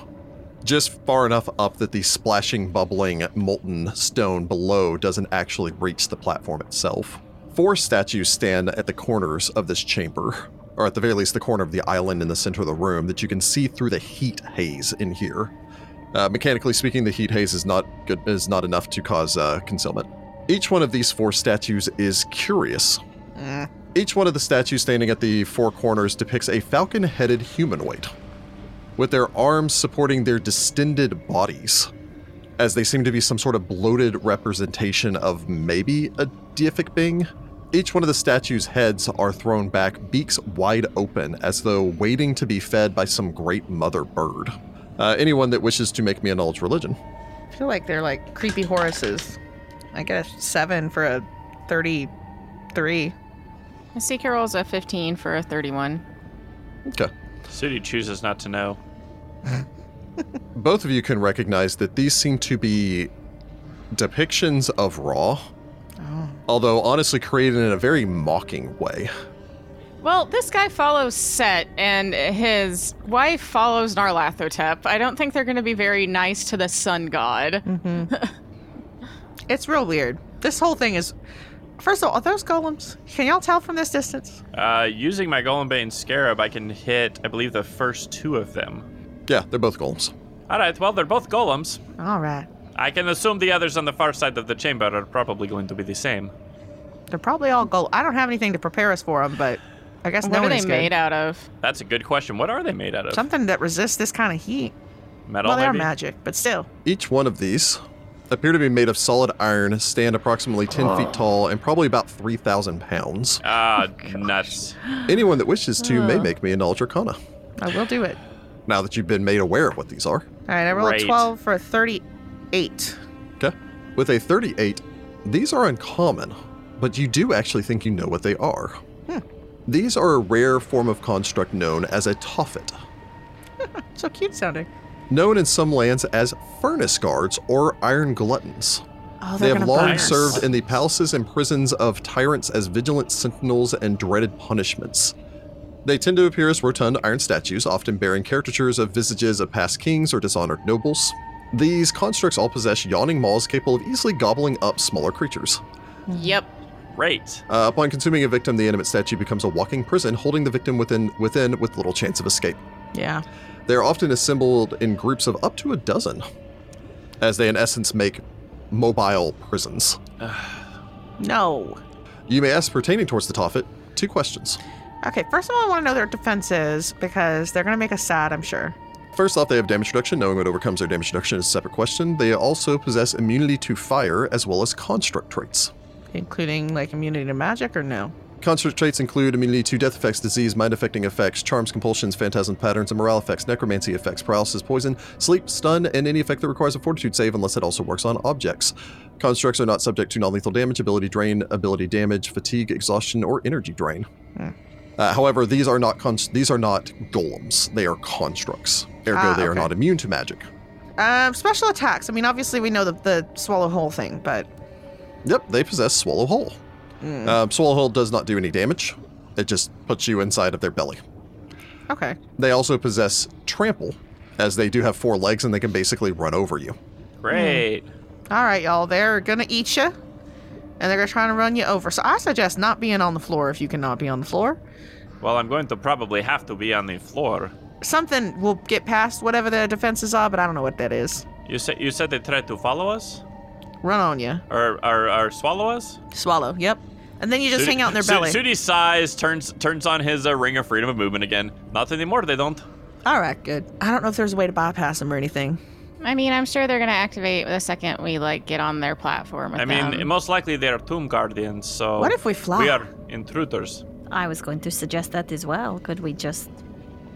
just far enough up that the splashing, bubbling, molten stone below doesn't actually reach the platform itself. Four statues stand at the corners of this chamber, or at the very least, the corner of the island in the center of the room that you can see through the heat haze in here. Uh, mechanically speaking, the heat haze is not good, is not enough to cause uh, concealment. Each one of these four statues is curious. Mm. Each one of the statues standing at the four corners depicts a falcon-headed humanoid with their arms supporting their distended bodies, as they seem to be some sort of bloated representation of maybe a deific being. Each one of the statue's heads are thrown back, beaks wide open, as though waiting to be fed by some great mother bird. Uh, anyone that wishes to make me a knowledge religion. I feel like they're like creepy Horuses. I get a seven for a thirty-three. I see Carol's a 15 for a 31. Okay. Sudi chooses not to know. Both of you can recognize that these seem to be depictions of Raw, Oh. although honestly created in a very mocking way. Well, this guy follows Set, and his wife follows Narlathotep. I don't think they're going to be very nice to the sun god. Mm-hmm. It's real weird. This whole thing is. First of all, are those golems? Can y'all tell from this distance? Uh, using my Golem Bait and Scarab, I can hit, I believe, the first two of them. Yeah, they're both golems. All right, well, they're both golems. All right. I can assume the others on the far side of the chamber are probably going to be the same. They're probably all gold. I don't have anything to prepare us for them, but I guess what no are one they is good. made out of? That's a good question. What are they made out of? Something that resists this kind of heat. Metal, well, they are maybe? magic, but still. Each one of these appear to be made of solid iron, stand approximately 10 feet tall, and probably about 3,000 pounds. Ah, nuts. Anyone that wishes to may make me a knowledge arcana. I will do it. Now that you've been made aware of what these are. All right, I rolled Great. a 12 for a 38. Okay. With a 38, these are uncommon, but you do actually think you know what they are. Hmm. These are a rare form of construct known as a toffet, So cute sounding. known in some lands as furnace guards or iron gluttons. Oh, They they're have gonna long burn us. served in the palaces and prisons of tyrants as vigilant sentinels and dreaded punishments. They tend to appear as rotund iron statues, often bearing caricatures of visages of past kings or dishonored nobles. These constructs all possess yawning maws capable of easily gobbling up smaller creatures. Yep. Great. Uh, upon consuming a victim, the inanimate statue becomes a walking prison, holding the victim within within with little chance of escape. Yeah. They are often assembled in groups of up to a dozen, as they in essence make mobile prisons. No. You may ask pertaining towards the Toffet two questions. Okay, first of all, I want to know their defenses because they're going to make us sad, I'm sure. First off, they have damage reduction. Knowing what overcomes their damage reduction is a separate question. They also possess immunity to fire as well as construct traits. Including like immunity to magic or no? Construct traits include immunity to death effects, disease, mind affecting effects, charms, compulsions, phantasm patterns, and morale effects, necromancy effects, paralysis, poison, sleep, stun, and any effect that requires a fortitude save unless it also works on objects. Constructs are not subject to non lethal damage, ability drain, ability damage, fatigue, exhaustion, or energy drain. Hmm. Uh, however, these are not cons- these are not golems. They are constructs. Ergo, Ah, they are okay. not immune to magic. Um, special attacks. I mean, obviously we know the, the swallow hole thing, but Yep, they possess Swallow Hole. Hmm. Um, Swallow Hole does not do any damage. It just puts you inside of their belly. okay. They also possess Trample, as they do have four legs and they can basically run over you. Great. All right, y'all. They're gonna eat you, and they're gonna try to run you over. So I suggest not being on the floor if you cannot be on the floor. Well, I'm going to probably have to be on the floor. Something will get past whatever their defenses are, but I don't know what that is. You said you said they tried to follow us Run on you, or or, or swallow us. swallow. Yep. And then you just Sudi- hang out in their Su- belly. Sudi sighs, turns turns on his uh, ring of freedom of movement again. Not anymore. They don't. All right, good. I don't know if there's a way to bypass them or anything. I mean, I'm sure they're going to activate the second we like get on their platform. With I mean, them. most likely they are tomb guardians. So um, What if we fly? Oh, We are intruders. I was going to suggest that as well. Could we just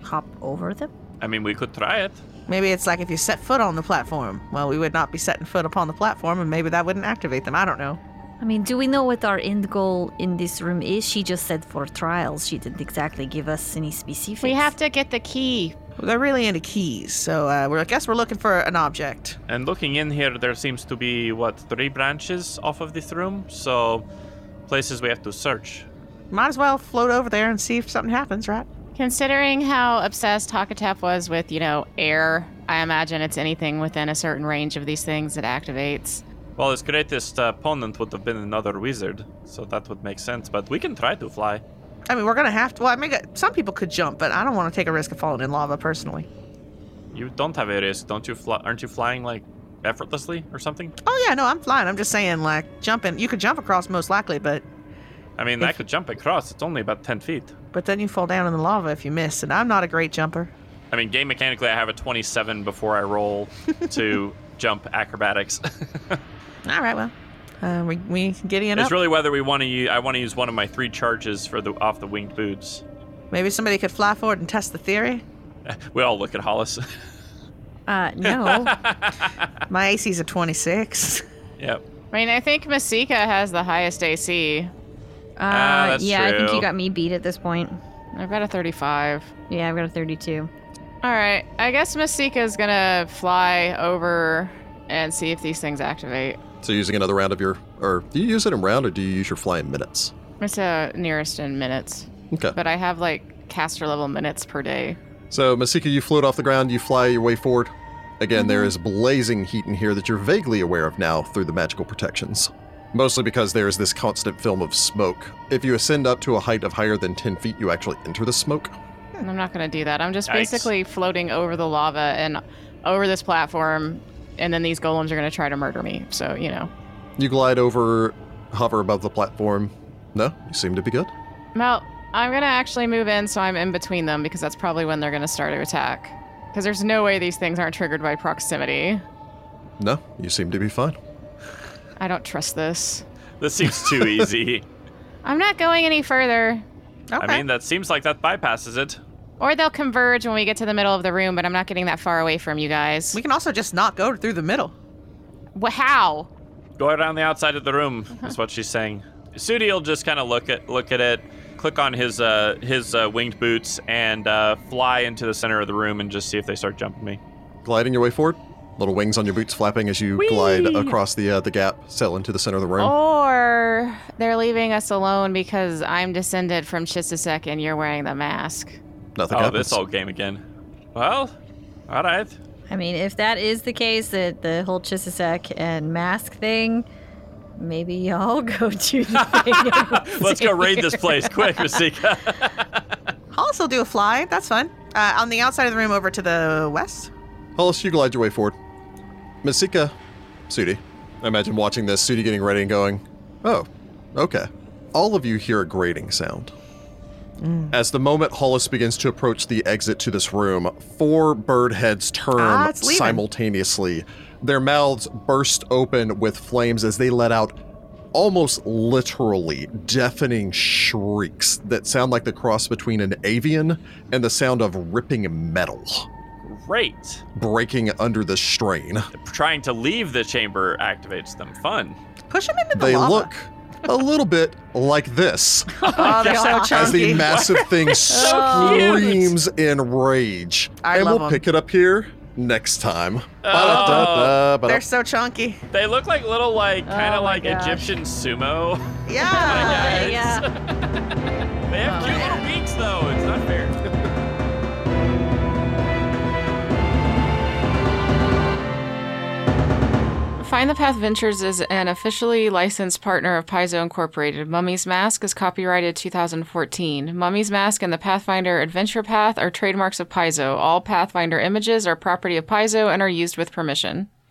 hop over them? I mean, we could try it. Maybe it's like if you set foot on the platform. Well, we would not be setting foot upon the platform, and maybe that wouldn't activate them. I don't know. I mean, do we know what our end goal in this room is? She just said for trials. She didn't exactly give us any specifics. we have to get the key. They're really into keys, so uh, we're, I guess we're looking for an object. And looking in here, there seems to be what three branches off of this room. So places we have to search. Might as well float over there and see if something happens, right? Considering how obsessed Hakatep was with, you know, air, I imagine it's anything within a certain range of these things that activates. Well, his greatest uh, opponent would have been another wizard, so that would make sense. But we can try to fly. I mean, we're gonna have to. Well, I mean, some people could jump, but I don't want to take a risk of falling in lava personally. You don't have a risk, don't you? Fly- aren't you flying like effortlessly or something? Oh yeah, no, I'm flying. I'm just saying, like jumping, you could jump across most likely, but I mean, I could jump across. It's only about ten feet. but then you fall down in the lava if you miss, and I'm not a great jumper. I mean, game mechanically, I have a 27 before I roll to jump acrobatics. All right, well, uh, we we Gideon up. it's really whether we want to. Use, I want to use one of my three charges for the off the winged boots. Maybe somebody could fly forward and test the theory. We all look at Hollis. Uh, no. My AC's a 26. yep. I mean, I think Masika has the highest AC. Ah, Uh, that's yeah, I think true. you got me beat at this point. I've got a 35. Yeah, I've got a 32. All right, I guess Masika's gonna fly over and see if these things activate. So using another round of your, or do you use it in round or do you use your flying minutes? It's uh, nearest in minutes, Okay. but I have like caster level minutes per day. So Masika, you float off the ground. You fly your way forward. Again, there is blazing heat in here that you're vaguely aware of now through the magical protections. Mostly because there is this constant film of smoke. If you ascend up to a height of higher than 10 feet, you actually enter the smoke. And I'm not gonna do that. I'm just Yikes. basically floating over the lava and over this platform, and then these golems are gonna try to murder me. So you know, You glide over, hover above the platform. No, you seem to be good. well, I'm gonna actually move in, so I'm in between them because that's probably when they're gonna start to attack. Because there's no way these things aren't triggered by proximity. No, you seem to be fine. I don't trust this. This seems too easy. I'm not going any further. Okay. I mean, that seems like that bypasses it. Or they'll converge when we get to the middle of the room, but I'm not getting that far away from you guys. we can also just not go through the middle. Wha how? Go around the outside of the room is what she's saying. Sudi will just kind of look at look at it, click on his uh, his uh, winged boots, and uh, fly into the center of the room and just see if they start jumping me. Gliding your way forward, little wings on your boots flapping as you glide across the uh, the gap, sail into the center of the Oh. room. Or they're leaving us alone because I'm descended from Chisisek and you're wearing the mask. Nothing oh, happens. this old game again. Well, all right. I mean, if that is the case, that the whole Chisisek and mask thing, maybe y'all go do the thing. Let's go raid this place quick, Masika. I'll also do a fly. That's fun. Uh, on the outside of the room over to the west. Hollis, you glide your way forward. Masika, Sudi. I imagine watching this, Sudi getting ready and going, oh, okay. All of you hear a grating sound. Mm. As the moment Hollis begins to approach the exit to this room, four bird heads turn Ah, it's leaving. simultaneously. Their mouths burst open with flames as they let out almost literally deafening shrieks that sound like the cross between an avian and the sound of ripping metal Great. breaking under the strain. Trying to leave the chamber activates them. Fun. Push him into the They lava. look a little bit like this Oh, they're so chunky. as the massive thing cute. screams in rage. I and love we'll 'em. pick it up here next time. Oh. Ba-da-da-da, ba-da- They're so chunky. They look like little, like kind Oh of my like gosh. Egyptian sumo. Yeah. guys. yeah. They have cute Oh. little beaks, though. It's not fair. Find the Path Ventures is an officially licensed partner of Paizo Incorporated. Mummy's Mask is copyrighted 2014. Mummy's Mask and the Pathfinder Adventure Path are trademarks of Paizo. All Pathfinder images are property of Paizo and are used with permission.